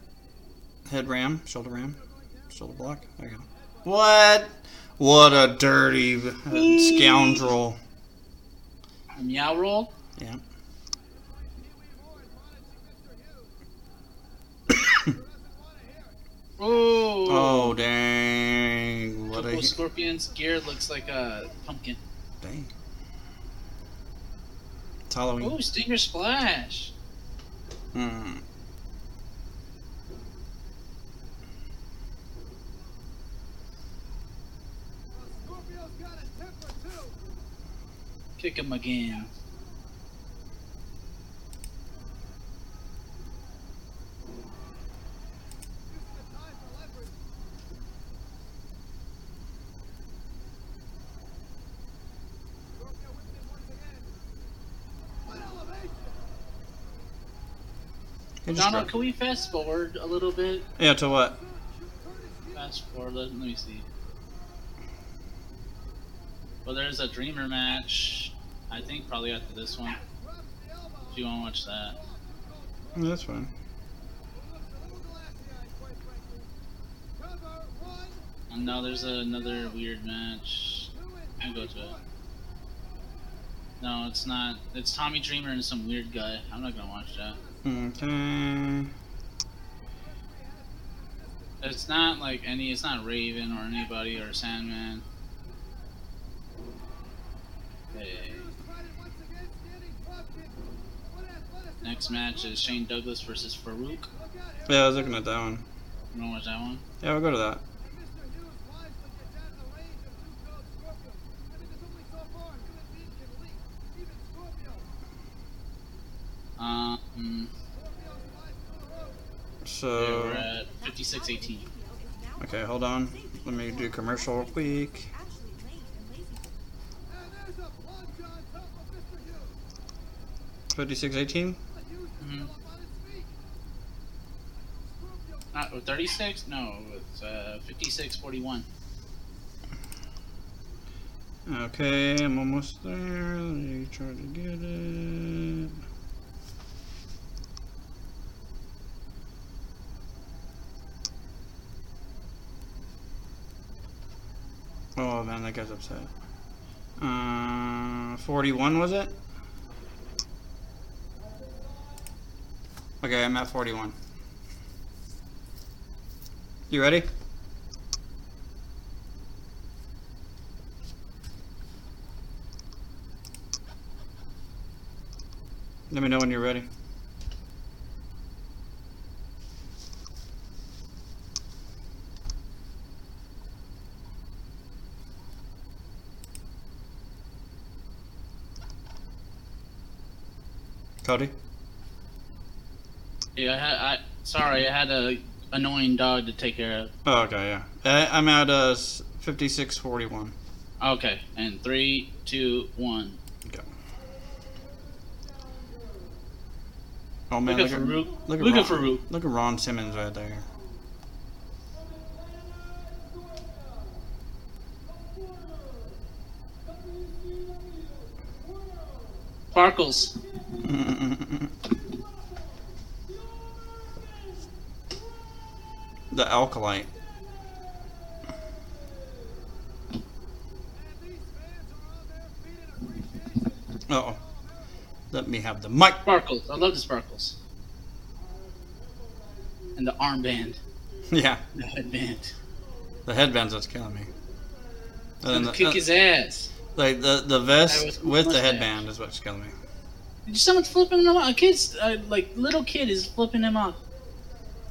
B: Head ram, shoulder ram, shoulder block. There you go. What? What a dirty uh, scoundrel.
A: A meow roll.
B: Yeah.
C: Pee-wee Moore admonishing Mr. Hughes. doesn't want to hear it.
A: Oh.
B: Oh, dang. What a.
A: Scorpion's gear looks like a pumpkin.
B: Dang. It's Halloween.
A: Oh, Stinger Splash.
B: Hmm.
C: Well, Scorpio's got a temper too.
A: Kick him again.
C: Using the time for leverage. Scorpio whipped it once again. What elevation!
B: He just
A: Donald,
B: grabbed-
A: can we fast forward a little bit?
B: Yeah, to what?
C: Curtis Hughes
A: Fast forward. Let, let me see. Well, there's a Dreamer match. I think probably after this one. If you want to watch that.
B: Yeah, that's fine.
A: And now there's another weird match. I'll go to it. No, it's not. It's Tommy Dreamer and some weird guy. I'm not gonna watch that.
B: Hmm, Okay.
A: It's not like any. It's not Raven or anybody or Sandman. Hey. Next match is Shane Douglas versus Farouk.
B: Yeah, I was looking at that one.
A: You wanna watch that one?
B: Yeah, we'll go to that.
A: Um, yeah,
B: So.
A: we're at 5618.
B: Okay, hold on. Let me do commercial real quick. Fifty-six eighteen.
A: Mm-hmm. Not with 36? Uh, oh, No, it's uh, 5641.
B: Okay, I'm almost there. Let me try to get it. Oh man, that guy's upset. Uh, 41 was it? Okay, I'm at 41. You ready? Let me know when you're ready. Cody?
A: Yeah, I, had, I sorry, I had a annoying dog to take care of.
B: Oh, okay, yeah. I, I'm at uh, s- 5641.
A: Okay, and three, two, one.
B: Go. Oh, man.
A: Look at Farouk.
B: look at- Look at,
A: Look
B: Ron,
A: at Farouk.
B: Look at Ron Simmons right there.
A: Sparkles.
B: the alkalite. Uh oh. Let me have the mic.
A: Sparkles. I love the sparkles. And the armband.
B: Yeah,
A: The headband.
B: the headband's what's killing me. And then
A: And
B: the,
A: kick
B: uh,
A: his ass.
B: like the, the
A: I
B: vest
A: was-
B: with the
A: mustache.
B: headband is what's killing me.
A: Did someone flipping him off? A kid's, uh, like, little kid is flipping him off.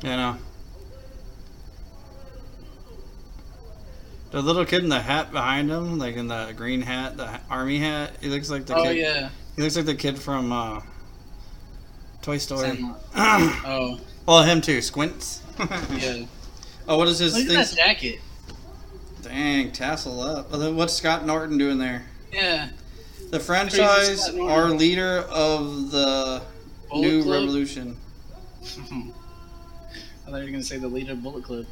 B: You know. The little kid in the hat behind him, like in the green hat, the ha- army hat, he looks like the
A: oh,
B: kid.
A: yeah.
B: He looks like the kid from uh, Toy Story.
A: Sandlot. Oh,
B: well, him too. Squints.
A: yeah.
B: Oh, what is his
A: Look at that
B: thing?
A: jacket.
B: Dang, tassel up. Well, then What's Scott Norton doing there?
A: Yeah.
B: The franchise
A: Scott Norton.
B: or leader of the
A: Bullet
B: new
A: Club?
B: revolution.
A: I thought you were going to say the leader of Bullet Club.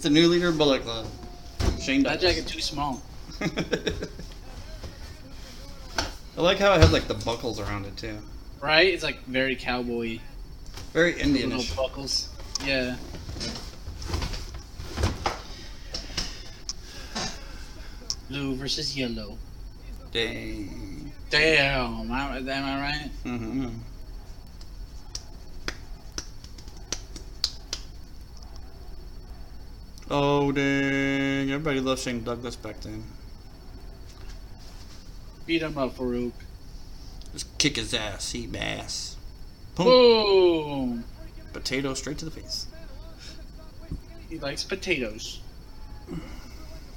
B: The new leader of Bullet Club. Shane
A: That
B: Douglas.
A: jacket too small.
B: I like how it had like the buckles around it too.
A: Right? It's, like, very cowboy.
B: Very
A: Little
B: Indianish.
A: buckles. Yeah. Blue versus yellow.
B: Dang.
A: Damn, am I, am I right?
B: hmm Oh dang! Everybody loved Shane Douglas back then.
A: Beat him up, Farouk.
B: Just kick his ass, he bass. Boom.
A: Boom!
B: Potato straight to the face.
A: He likes potatoes.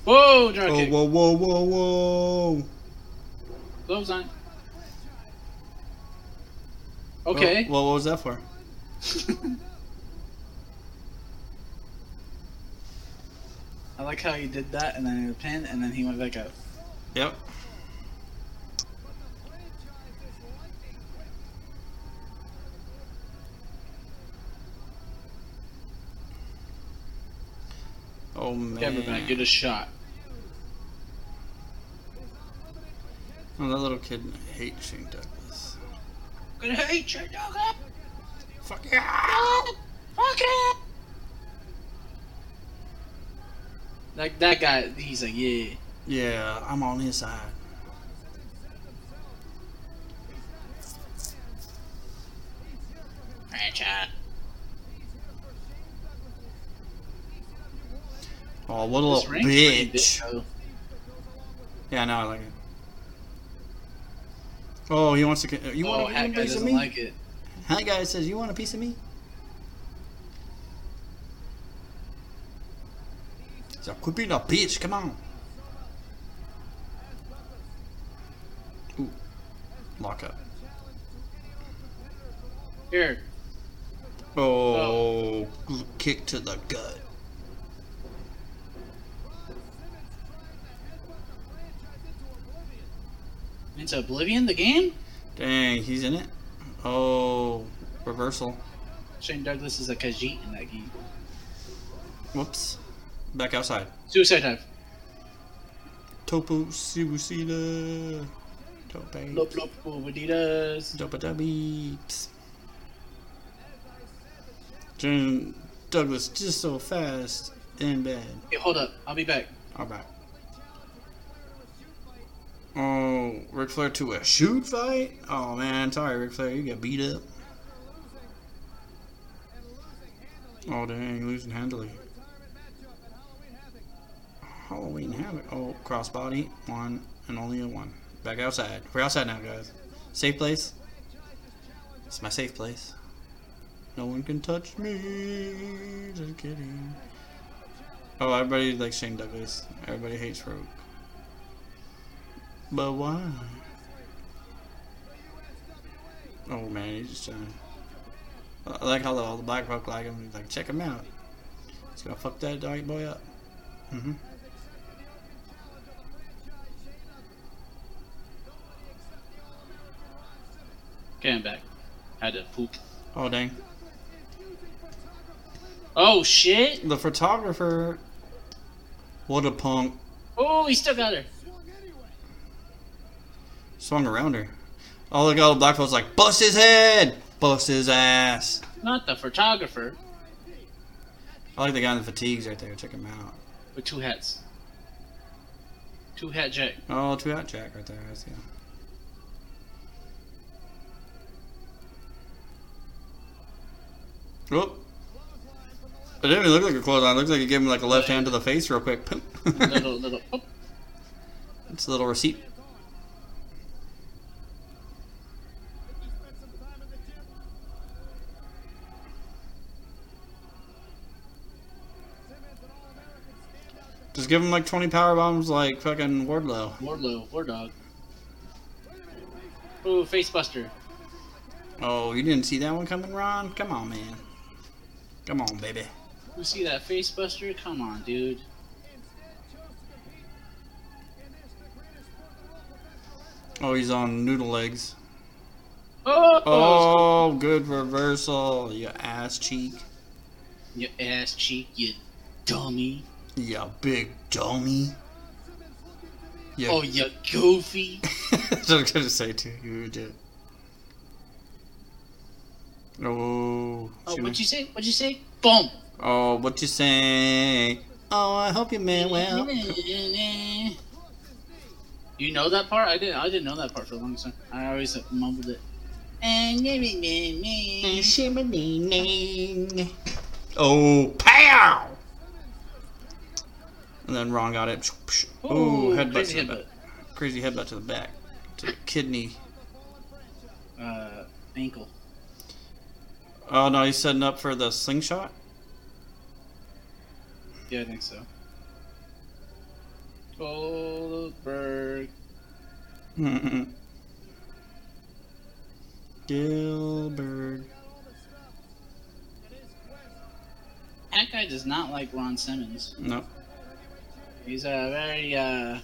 A: Whoa, drop
B: Oh
A: kick.
B: whoa whoa whoa whoa!
A: Clothesline. Okay.
B: Well, Oh, what was that for?
A: I like how he did that, and then the pin, and then he went back up.
B: Yep. Oh man. Oh,
A: Everybody, get a shot.
B: Oh, that little kid hates Shane Douglas.
A: Gonna hate your dog up.
B: Fuck yeah!
A: Fuck it. Like that guy, he's like, yeah.
B: Yeah, I'm on his side.
A: Franchise.
B: Oh, what a little
A: This ring's pretty big,
B: bitch.
A: though.
B: Yeah, I know, I like it. Oh, he wants to. ca- You
A: oh,
B: want a, you
A: Hat
B: want a
A: guy
B: piece of
A: doesn't
B: me?
A: like it.
B: Hat guy says, "You want a piece of me?" So quit being a bitch. Come on. Ooh, lock up.
A: Here,
B: Oh, gl- kick to the gut.
A: into Oblivion, the game.
B: Dang, he's in it. Oh, reversal.
A: Shane Douglas is a Khajiit in that game.
B: Whoops. Back outside.
A: Suicide dive.
B: Topo suicida. Tope.
A: Lop lop over Adidas.
B: Dopa dubbies. June Douglas just so fast and bad.
A: Hey, hold up. I'll be back.
B: All right. Oh, Ric Flair to a shoot fight? Oh man, sorry Ric Flair, you got beat up. Oh dang, losing handily. Halloween Havoc. Oh, crossbody. One and only a one. Back outside. We're outside now, guys. Safe place. It's my safe place. No one can touch me. Just kidding. Oh, everybody likes Shane Douglas. Everybody hates Rogue. But why? Oh man, he's just trying. I I like how the, all the black folk like him. He's like, check him out. He's gonna fuck that white boy up. hmm
A: Okay, I'm back. Had to poop.
B: Oh dang.
A: Oh shit!
B: The photographer. What a punk.
A: Oh, he still got her.
B: Swung around her. Oh, look, all the black folks like, bust his head! Bust his ass.
A: Not the photographer
B: I like the guy in the fatigues right there. Check him out.
A: with two hats. Two hat jack.
B: Oh, two out Jack right there. I see him. Whoop. It didn't even look like a clothesline. It looked like he gave him like a left hand to the face real quick. Poop.
A: Little little. Oh,
B: it's a little receipt. Just give him like 20 power bombs like fucking Wardlow.
A: Wardlow, War Dog. Ooh, Facebuster.
B: Oh, you didn't see that one coming, Ron? Come on, man. Come on, baby.
A: You see that Facebuster? Come on, dude.
B: Oh, he's on noodle legs.
A: Oh,
B: Oh, good reversal, you ass cheek.
A: your ass cheek, you dummy.
B: You big dummy. You...
A: Oh, you goofy.
B: That's what I was gonna say too. You idiot. Oh.
A: Oh,
B: she
A: what'd
B: ma-
A: you say? What'd you say? Boom.
B: Oh, what you say? Oh, I hope you meant well.
A: You know that part? I didn't. I didn't know that part for the longest time. I always mumbled it.
B: Shimmering. Oh, pow! And then Ron got it. Oh,
A: Ooh,
B: headbutt
A: crazy
B: to the
A: headbutt.
B: back. Crazy headbutt to the back. To the kidney.
A: Uh, ankle.
B: Oh, no, he's setting up for the slingshot?
A: Yeah, I think so. Goldberg.
B: Mm-mm. Gilbert.
A: That guy does not like Ron Simmons.
B: No.
A: He's uh, very uh,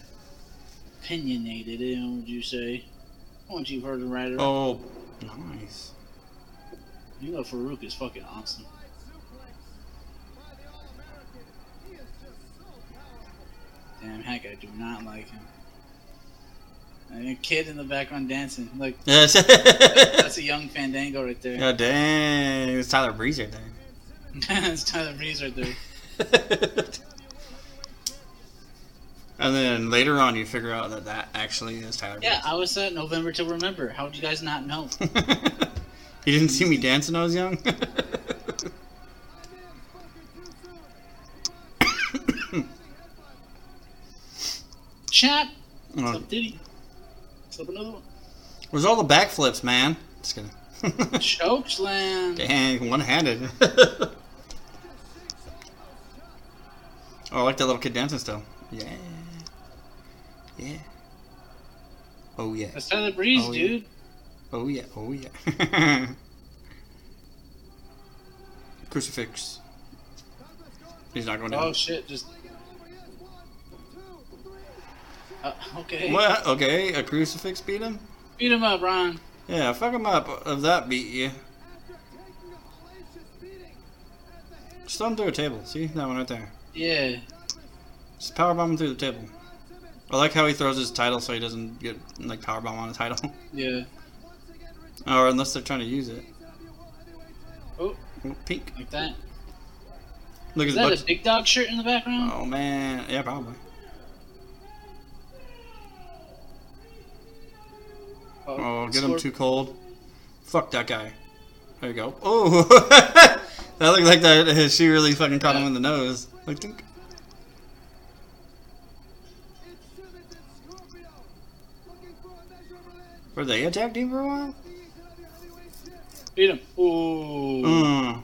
A: opinionated. eh, Would you say? Once you've heard him right, oh.
B: Oh, nice.
A: you know Farouk is fucking awesome. Mm-hmm. Damn, that guy do not like him. And a kid in the background dancing. Like
B: Yes.
A: that's a young Fandango right there.
B: oh, dang. It's Tyler Breeze right
A: that's Tyler Breeze right there.
B: there. and then later on, you figure out that that actually is Tyler
A: Yeah, I was at November to remember. How would you guys not know?
B: Breeze. you didn't see me dance when I was young?
A: Chat. What's
B: Oh,
A: up, Diddy? What's up, another one?
B: Where's all the backflips, man? Just kidding.
A: Chokeslam.
B: Dang, one handed. oh, I like that little kid dancing still. Yeah. Yeah. Oh, yeah.
A: That's Tyler Breeze,
B: Oh, yeah.
A: dude.
B: Oh, yeah. Oh, yeah. Crucifix. He's not going down.
A: Oh shit! Just uh, okay.
B: what? Okay, a crucifix beat him?
A: Beat him up, Ron.
B: Yeah, fuck him up if that beat you. Just throw him through a table. See? That one right there.
A: Yeah.
B: Just powerbomb him through the table. I like how he throws his title so he doesn't get like powerbomb on a title,
A: Yeah.
B: or unless they're trying to use it.
A: Oh,
B: Ooh, Pink.
A: like that.
B: Look at
A: Is
B: the
A: that
B: butt.
A: a big dog shirt in the background?
B: Oh man, yeah, probably. Oh, get him
A: Scorp-
B: too cold. Fuck that guy. There you go. Oh, that looked like that. She really fucking caught him in the nose. Like, think. Were they a tag team for a while?
A: Beat him. Ooh.
B: Mm.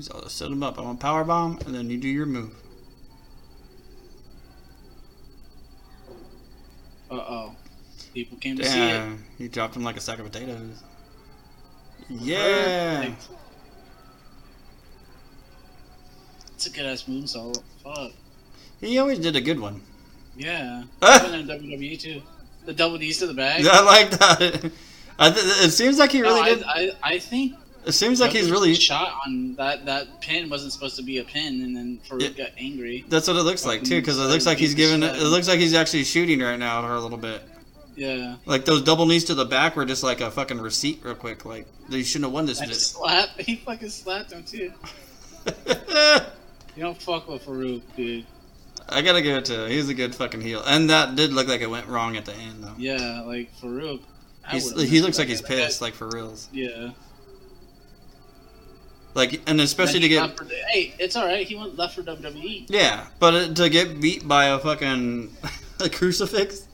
B: So I'll set him up. I'm gonna power bomb, and then you do your move.
A: Uh oh. People came to see it.
B: Damn, you dropped him like a sack of potatoes. Yeah.
A: Perfect. It's a good ass moonsault. Fuck.
B: He always did a good one.
A: Yeah.
B: Ah!
A: Even in WWE too. The double D's to the bag.
B: I like that. I th- it seems like he
A: No,
B: really
A: I,
B: did.
A: I, I think
B: it seems like he's
A: Douglas
B: really.
A: shot on that. That pin wasn't supposed to be a pin, and then Farouk
B: Yeah.
A: got angry.
B: That's what it looks like too, because it looks like he's giving. It looks like he's actually shooting right now for a little bit.
A: Yeah,
B: Like those double knees to the back were just like a fucking receipt, real quick. Like you shouldn't have won this.
A: and
B: bitch.
A: slap. He fucking slapped him too. You don't fuck with Farouk, dude.
B: I gotta give it to him. He's a good fucking heel, and that did look like it went wrong at the end though.
A: Yeah, like Farouk. I
B: He's,
A: would've
B: he
A: messed with
B: looks like he's
A: that guy.
B: pissed, like for reals.
A: Yeah,
B: Like and especially
A: Then
B: to
A: he
B: get
A: left for- hey, it's all right. He went left for E. WWE.
B: yeah, but it- to get beat by a fucking a crucifix.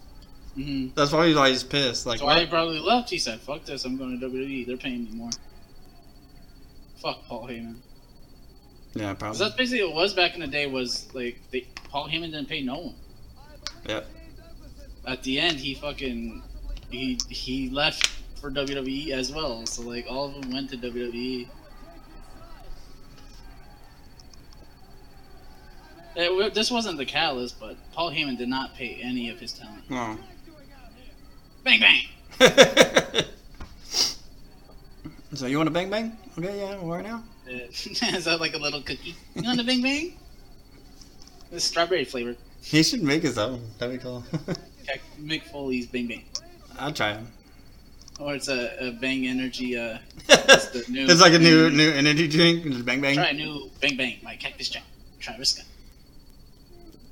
A: hmm
B: That's why he's always pissed. Like
A: That's why he
B: what?
A: probably left. He said, "Fuck this. I'm going to WWE. They're paying me more." Fuck Paul Heyman.
B: yeah,
A: 'Cause
B: probably.
A: that's basically what it was back in the day. Was like they, Paul Heyman didn't pay no one.
B: Yeah.
A: at the end he fucking he he left for WWE as well. So like all of them went to E. WWE. It, wa- Eh, this wasn't the catalyst, but Paul Heyman did not pay any of his talent.
B: Oh.
A: Bang bang.
B: so you want a bang bang? Okay, yeah, right now.
A: Uh, Is that like a little cookie? You want a bang bang? It's strawberry flavored.
B: He should make his own. That'd be cool.
A: Jack- Mick Foley's Bang Bang,
B: I'll try him.
A: or it's a, a Bang Energy. Uh, the new- E
B: it's like a new new energy drink. Just bang bang.
A: try a new Bang Bang by Cactus Jack. Try Riska.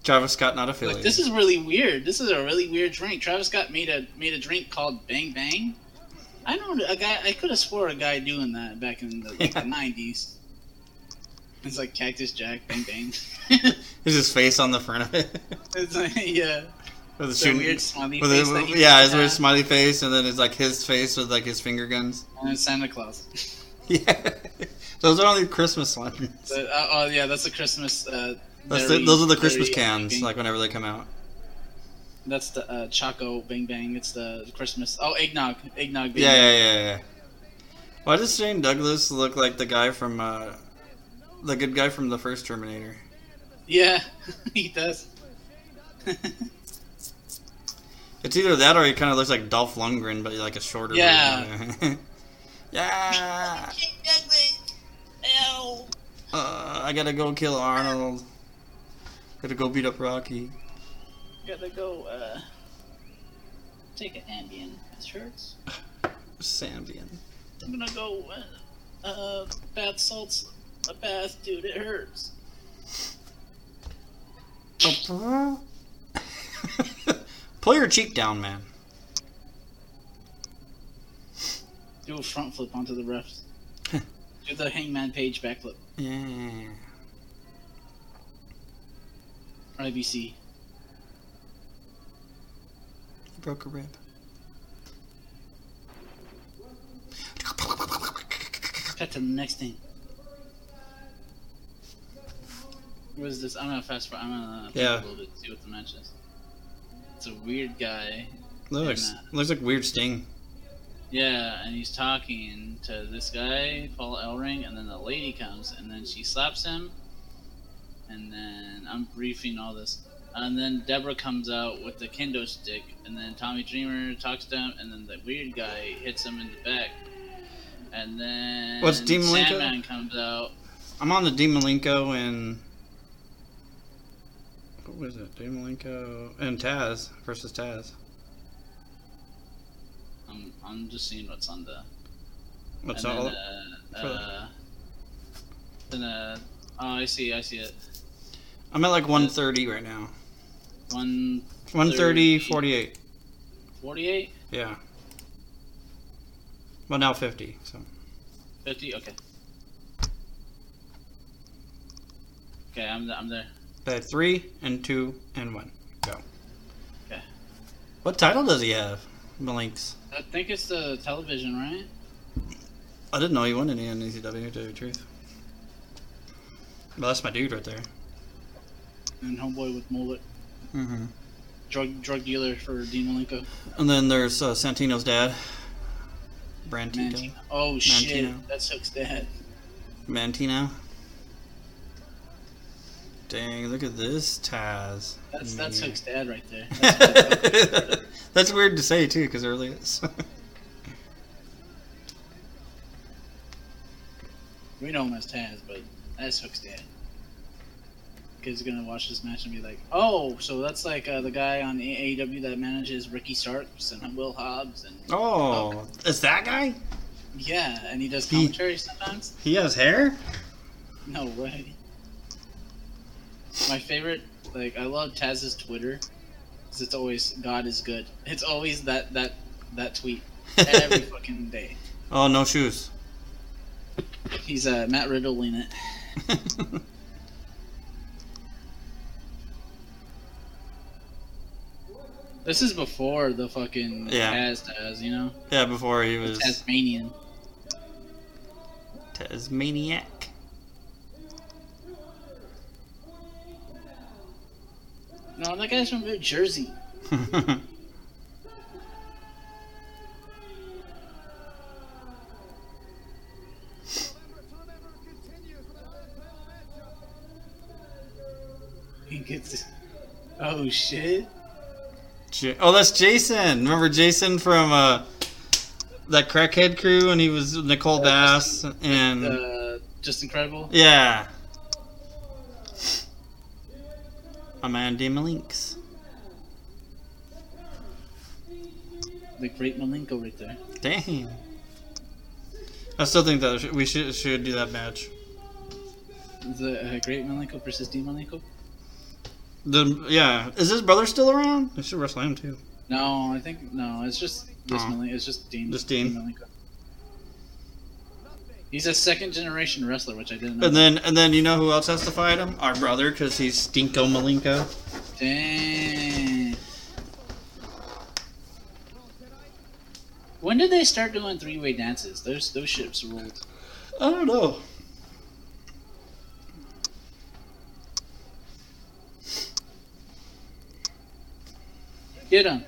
B: Travis Scott not
A: Like,
B: affiliated.
A: this is really weird. This is a really weird drink. Travis Scott made a made a drink called Bang Bang. I don't know a guy. I could have swore a guy doing that back in the like the nineties. It's like Cactus Jack Bang Bang.
B: There's his face on the front of it.
A: it's like yeah,
B: with a
A: it's a weird smiley
B: with
A: face.
B: a-
A: that he
B: yeah, his
A: does
B: weird
A: have,
B: smiley face, and then it's like his face with like his finger guns.
A: And then Santa Claus.
B: Yeah, those are only Christmas ones.
A: But, uh, oh yeah, that's the Christmas. Uh,
B: That's the,
A: berry-
B: those are the
A: berry
B: Christmas cans,
A: thing.
B: like whenever they come out.
A: that's the uh, Choco Bang Bang. It's the Christmas. Oh eggnog, eggnog. Bang
B: Yeah,
A: Bang.
B: yeah, yeah, yeah. Why does Shane Douglas look like the guy from uh, the good guy from the first Terminator?
A: yeah. he does.
B: It's either that or he kind of looks like Dolph Lundgren, but like a shorter.
A: Yeah.
B: version. yeah. Uh, I gotta go kill Arnold. Gotta go beat up Rocky.
A: Gotta go, uh. Take an Ambien. This hurts.
B: Sambian.
A: I'm gonna go, uh. uh bath salts. A bath, dude, it hurts.
B: Pull your cheek down, man.
A: Do a front flip onto the refs. Do the hangman page backflip.
B: Yeah.
A: Or IBC.
B: He broke a rib.
A: Cut to the next thing. What is this? I'm gonna fast forward. I'm gonna fast
B: Yeah.
A: forward a little bit to see what the match is. It's a weird guy.
B: Looks looks like weird sting.
A: Yeah, and he's talking to this guy, Paul Elring, and then the lady comes, and then she slaps him. And then I'm briefing all this. And then Deborah comes out with the kendo stick, and then Tommy Dreamer talks to him, and then the weird guy hits him in the back. And then
B: What's Dean Malenko?
A: Sandman comes out.
B: I'm on the D Malenko and what was it? D Malenko and Taz versus Taz.
A: I'm, I'm just seeing what's on the
B: What's
A: and
B: all?
A: Then, uh,
B: for the-
A: uh, then, uh, oh, I see, I see it.
B: I'm at like 130 right now.
A: 148?
B: 130, 48.
A: fifty.
B: Yeah. Well, now 50. So
A: Okay. Okay, I'm, I'm there.
B: uh, three and two and one. Go.
A: Okay.
B: What title does he have, Malenks?
A: I think it's the television, right?
B: I didn't know he won any on ECW. To tell you the truth. Well, that's my dude right there.
A: And Homeboy with Mullet.
B: Mm-hmm.
A: Drug drug dealer for Dean Malenko.
B: And then there's uh, Santino's dad, Brantito.
A: Mantino. Oh, shit.
B: Mantino.
A: That's Hook's dad.
B: Mantino. Dang, look at this Taz.
A: That's, that's
B: maniac.
A: Hook's dad right there.
B: That's weird to say too, because it really is.
A: We know him as Taz, but that's Hook's dad. Kid's gonna watch this match and be like, "Oh, so that's like uh, the guy on A- AEW that manages Ricky Starks and Will Hobbs, and
B: oh, it's that guy?
A: yeah, and he does commentary sometimes."
B: He has hair?
A: No way. My favorite, like, I love Taz's Twitter, because it's always "God is good." It's always that that that tweet every fucking day.
B: oh, no shoes.
A: He's uh, Matt Riddle in it. This is before the fucking
B: Yeah.
A: Taz Taz, you know,
B: yeah, before he was
A: Tasmanian.
B: Tasmaniac.
A: No, that guy's from New Jersey. He gets. Oh shit!
B: J- oh, that's Jason. Remember Jason from uh, that crackhead crew, and he was Nicole Bass and
A: Uh, just incredible.
B: yeah. Amanda Malinks.
A: The great Malenko right there.
B: Damn. I still think that we should should do that match.
A: The uh, great Malenko versus D Malenko.
B: The yeah, is his brother still around? I should wrestle him too.
A: No, I think no. It's just this
B: Oh.
A: Malenko. It's just Dean.
B: Just Dean.
A: Malenko. He's a second generation wrestler, which I didn't know.
B: And then and then you know who else has to fight him? Our brother, because he's Stinko Malenko.
A: Dang. When did they start doing three way dances? Those those ships rolled.
B: I don't know.
A: Get him.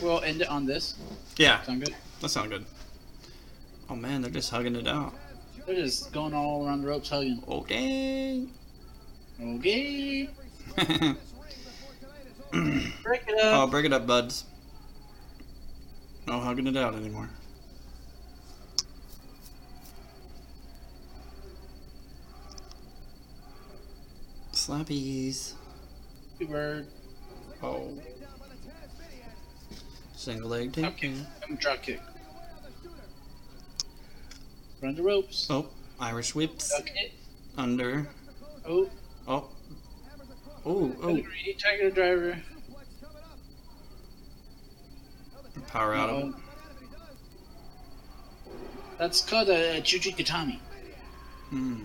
A: We'll end it on this.
B: Yeah,
A: Sound good?
B: that sounds good. Oh man, they're just hugging it out.
A: They're just going all around the ropes hugging.
B: Oh dang.
A: Okay. Break it
B: oh,
A: up.
B: break it up, buds. No hugging it out anymore. Slappies.
A: Happy bird.
B: Oh. Single leg
A: Drop
B: take.
A: kick. I'm drop kick. Run the ropes.
B: Oh, Irish whips.
A: Okay.
B: Under.
A: Oh,
B: Oh. Oh, oh.
A: pedigree, tiger driver.
B: Power out of it.
A: Uh-oh. That's called a Jujikatami.
B: Hmm.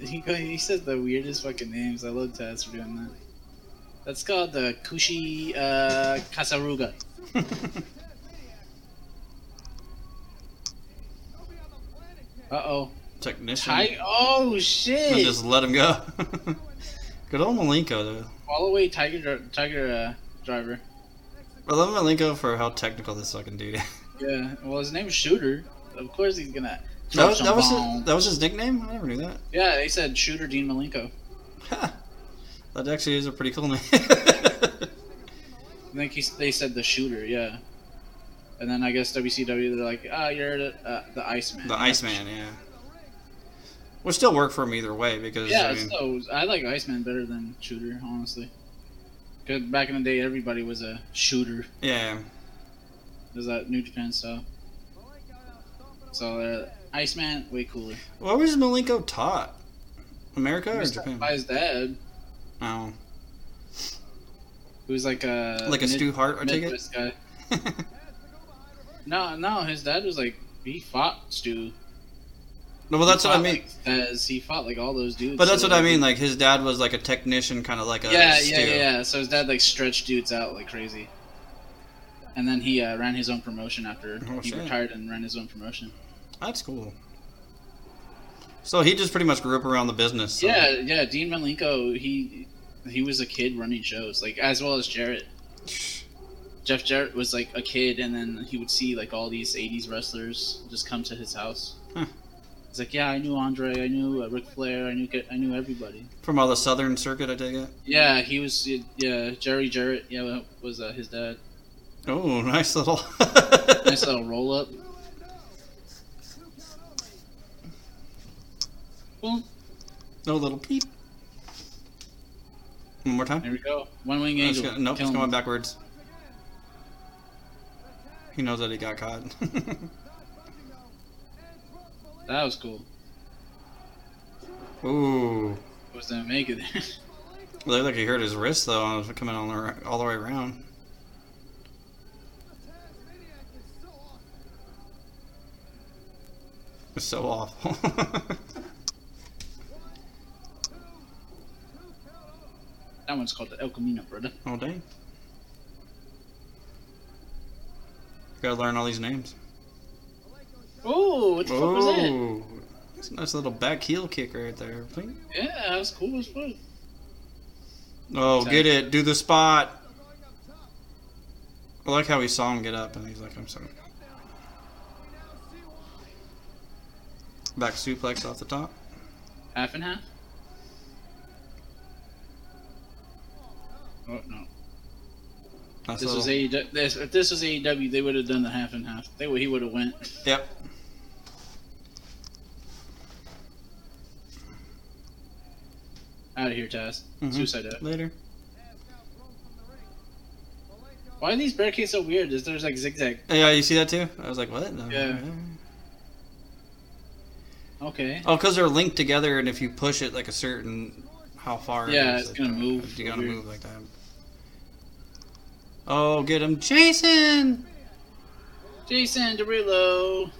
A: He, go- he says the weirdest fucking names. I love Taz for doing that. That's called the Kushi uh, Kasaruga.
B: Hmm.
A: Uh oh.
B: Technician.
A: Ty- oh
B: And
A: shit!
B: just let him go. Good old Malenko, though.
A: All the way Tiger dri- Tiger uh, Driver.
B: I love Malenko for how technical this fucking dude is.
A: Yeah. Well, his name's Shooter. Of course he's gonna.
B: That
A: throw
B: was,
A: some
B: that, was
A: bomb.
B: his, that was his nickname? I never knew that.
A: Yeah, they said Shooter Dean Malenko.
B: Ha. that actually is a pretty cool name.
A: I think he's, they said the Shooter. Yeah. And then I guess WCW they're like, ah, you're the, uh, the Iceman.
B: the Iceman, yeah. Would still work for him either way because
A: Yeah,
B: I
A: it's
B: mean,
A: so I like Iceman better than Shooter, honestly. Cause back in the day, everybody was a shooter.
B: yeah,
A: There's that New Japan stuff. So uh, Iceman, way cooler.
B: What was Malenko taught? America
A: He
B: or
A: was
B: Japan?
A: taught by his dad,
B: Oh,
A: who's like a
B: like a
A: uh, mid-
B: Stu Hart, I take it.
A: Midwest guy. No, no, his dad was like he fought Stu.
B: no, well, that's
A: He
B: what I
A: fought,
B: mean.
A: Like, Fez. he fought like all those dudes.
B: But that's
A: so,
B: what I mean. uh, Like his dad was like a technician, kind of like a
A: yeah,
B: Stu.
A: yeah, yeah. So his dad like stretched dudes out like crazy, and then he uh, ran his own promotion after
B: Oh,
A: he
B: shit.
A: retired and ran his own promotion.
B: That's cool. So he just pretty much grew up around the business. so-
A: Yeah, yeah. Dean Malenko, he he was a kid running shows, like as well as Jarrett. Jeff Jarrett was like a kid, and then he would see like all these '80s wrestlers just come to his house.
B: Huh.
A: He's like, yeah, I knew Andre, I knew uh, Ric Flair, I knew I knew everybody.
B: From all the Southern circuit, I take it.
A: Yeah, he was. Yeah, Jerry Jarrett. Yeah, was uh, his dad.
B: Oh, nice little.
A: Nice little roll up. Boom.
B: no little peep. One more time.
A: There we go. One wing
B: It's
A: angel.
B: go- nope,
A: Kill
B: it's
A: him.
B: going backwards. He knows that he got caught.
A: That was cool.
B: Ooh.
A: Was gonna make it there.
B: Looked like he hurt his wrist though, on- coming all the, ra- all the way around. It's so awful.
A: That one's called the El Camino, brother.
B: all day. Gotta learn all these names.
A: Oh, what the fuck was that?
B: Oh, it's a nice little back heel kick right there. Bling.
A: Yeah, that was cool as fuck.
B: Oh,
A: Exactly.
B: get it. Do the spot. I like how he saw him get up and he's like, I'm sorry. Back suplex off the top.
A: Half and half. Oh no!
B: Nice
A: This was
B: little-
A: AEW. This, if this was AEW, they would have done the half and half. They would. He would have went.
B: Yep.
A: Out of here, Taz.
B: Mhm.
A: Suicide dive.
B: Later.
A: Why are these barricades so weird? Is there's like zigzag?
B: Yeah, you see that too? I was like, what? No.
A: Yeah. Okay.
B: Oh, because they're linked together, and if you push it like a certain how far, it
A: Yeah,
B: is,
A: it's
B: like,
A: gonna
B: uh,
A: move
B: You gotta
A: weird.
B: move like that. Oh, get him, Jason!
A: Jason Derulo.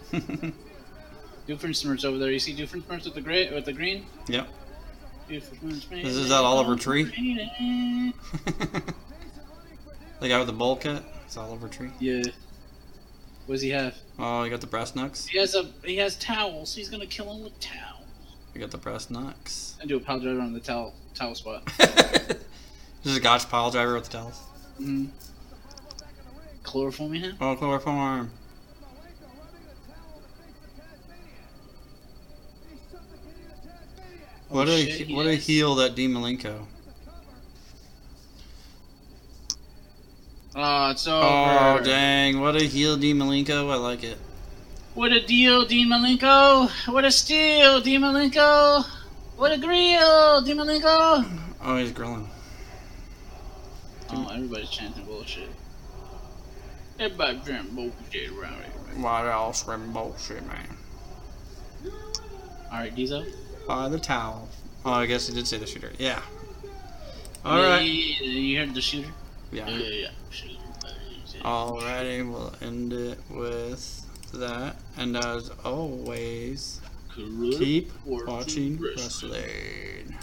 A: Doofenshmirtz over there. You see Doofenshmirtz with the gray with the green.
B: yep.
A: Doofenshmirtz.
B: This is that Oliver Tree? the guy with the bowl cut. It's Oliver Tree.
A: Yeah. What does he have?
B: Oh, you got the brass knucks.
A: He has a he has towels. He's gonna kill him with towel.
B: You got the brass knucks.
A: I do a pile driver on the towel towel spot.
B: this is a gotch pile driver with the towels.
A: Mm. Chloroforming him.
B: Oh, chloroform. What
A: Oh,
B: a
A: shit, he
B: what a
A: is.
B: heel that D Malenko.
A: Oh, it's over.
B: Oh dang! What a heel D Malenko. I like it.
A: What a deal, Dean Malenko. What a steal, Dean Malenko. What a grill, Dimalenko!
B: Oh, he's grilling.
A: Oh, everybody's chanting bullshit. Everybody chanting bullshit around here.
B: Why else would bullshit, man?
A: All right, Diesel.
B: By the towel. Oh, I guess he did say the shooter. Yeah. All right.
A: Hey, You heard the shooter? Yeah,
B: Yeah.
A: yeah, yeah. Shooter. Oh.
B: Alrighty, we'll end it with that. And as always, keep watching wrestling.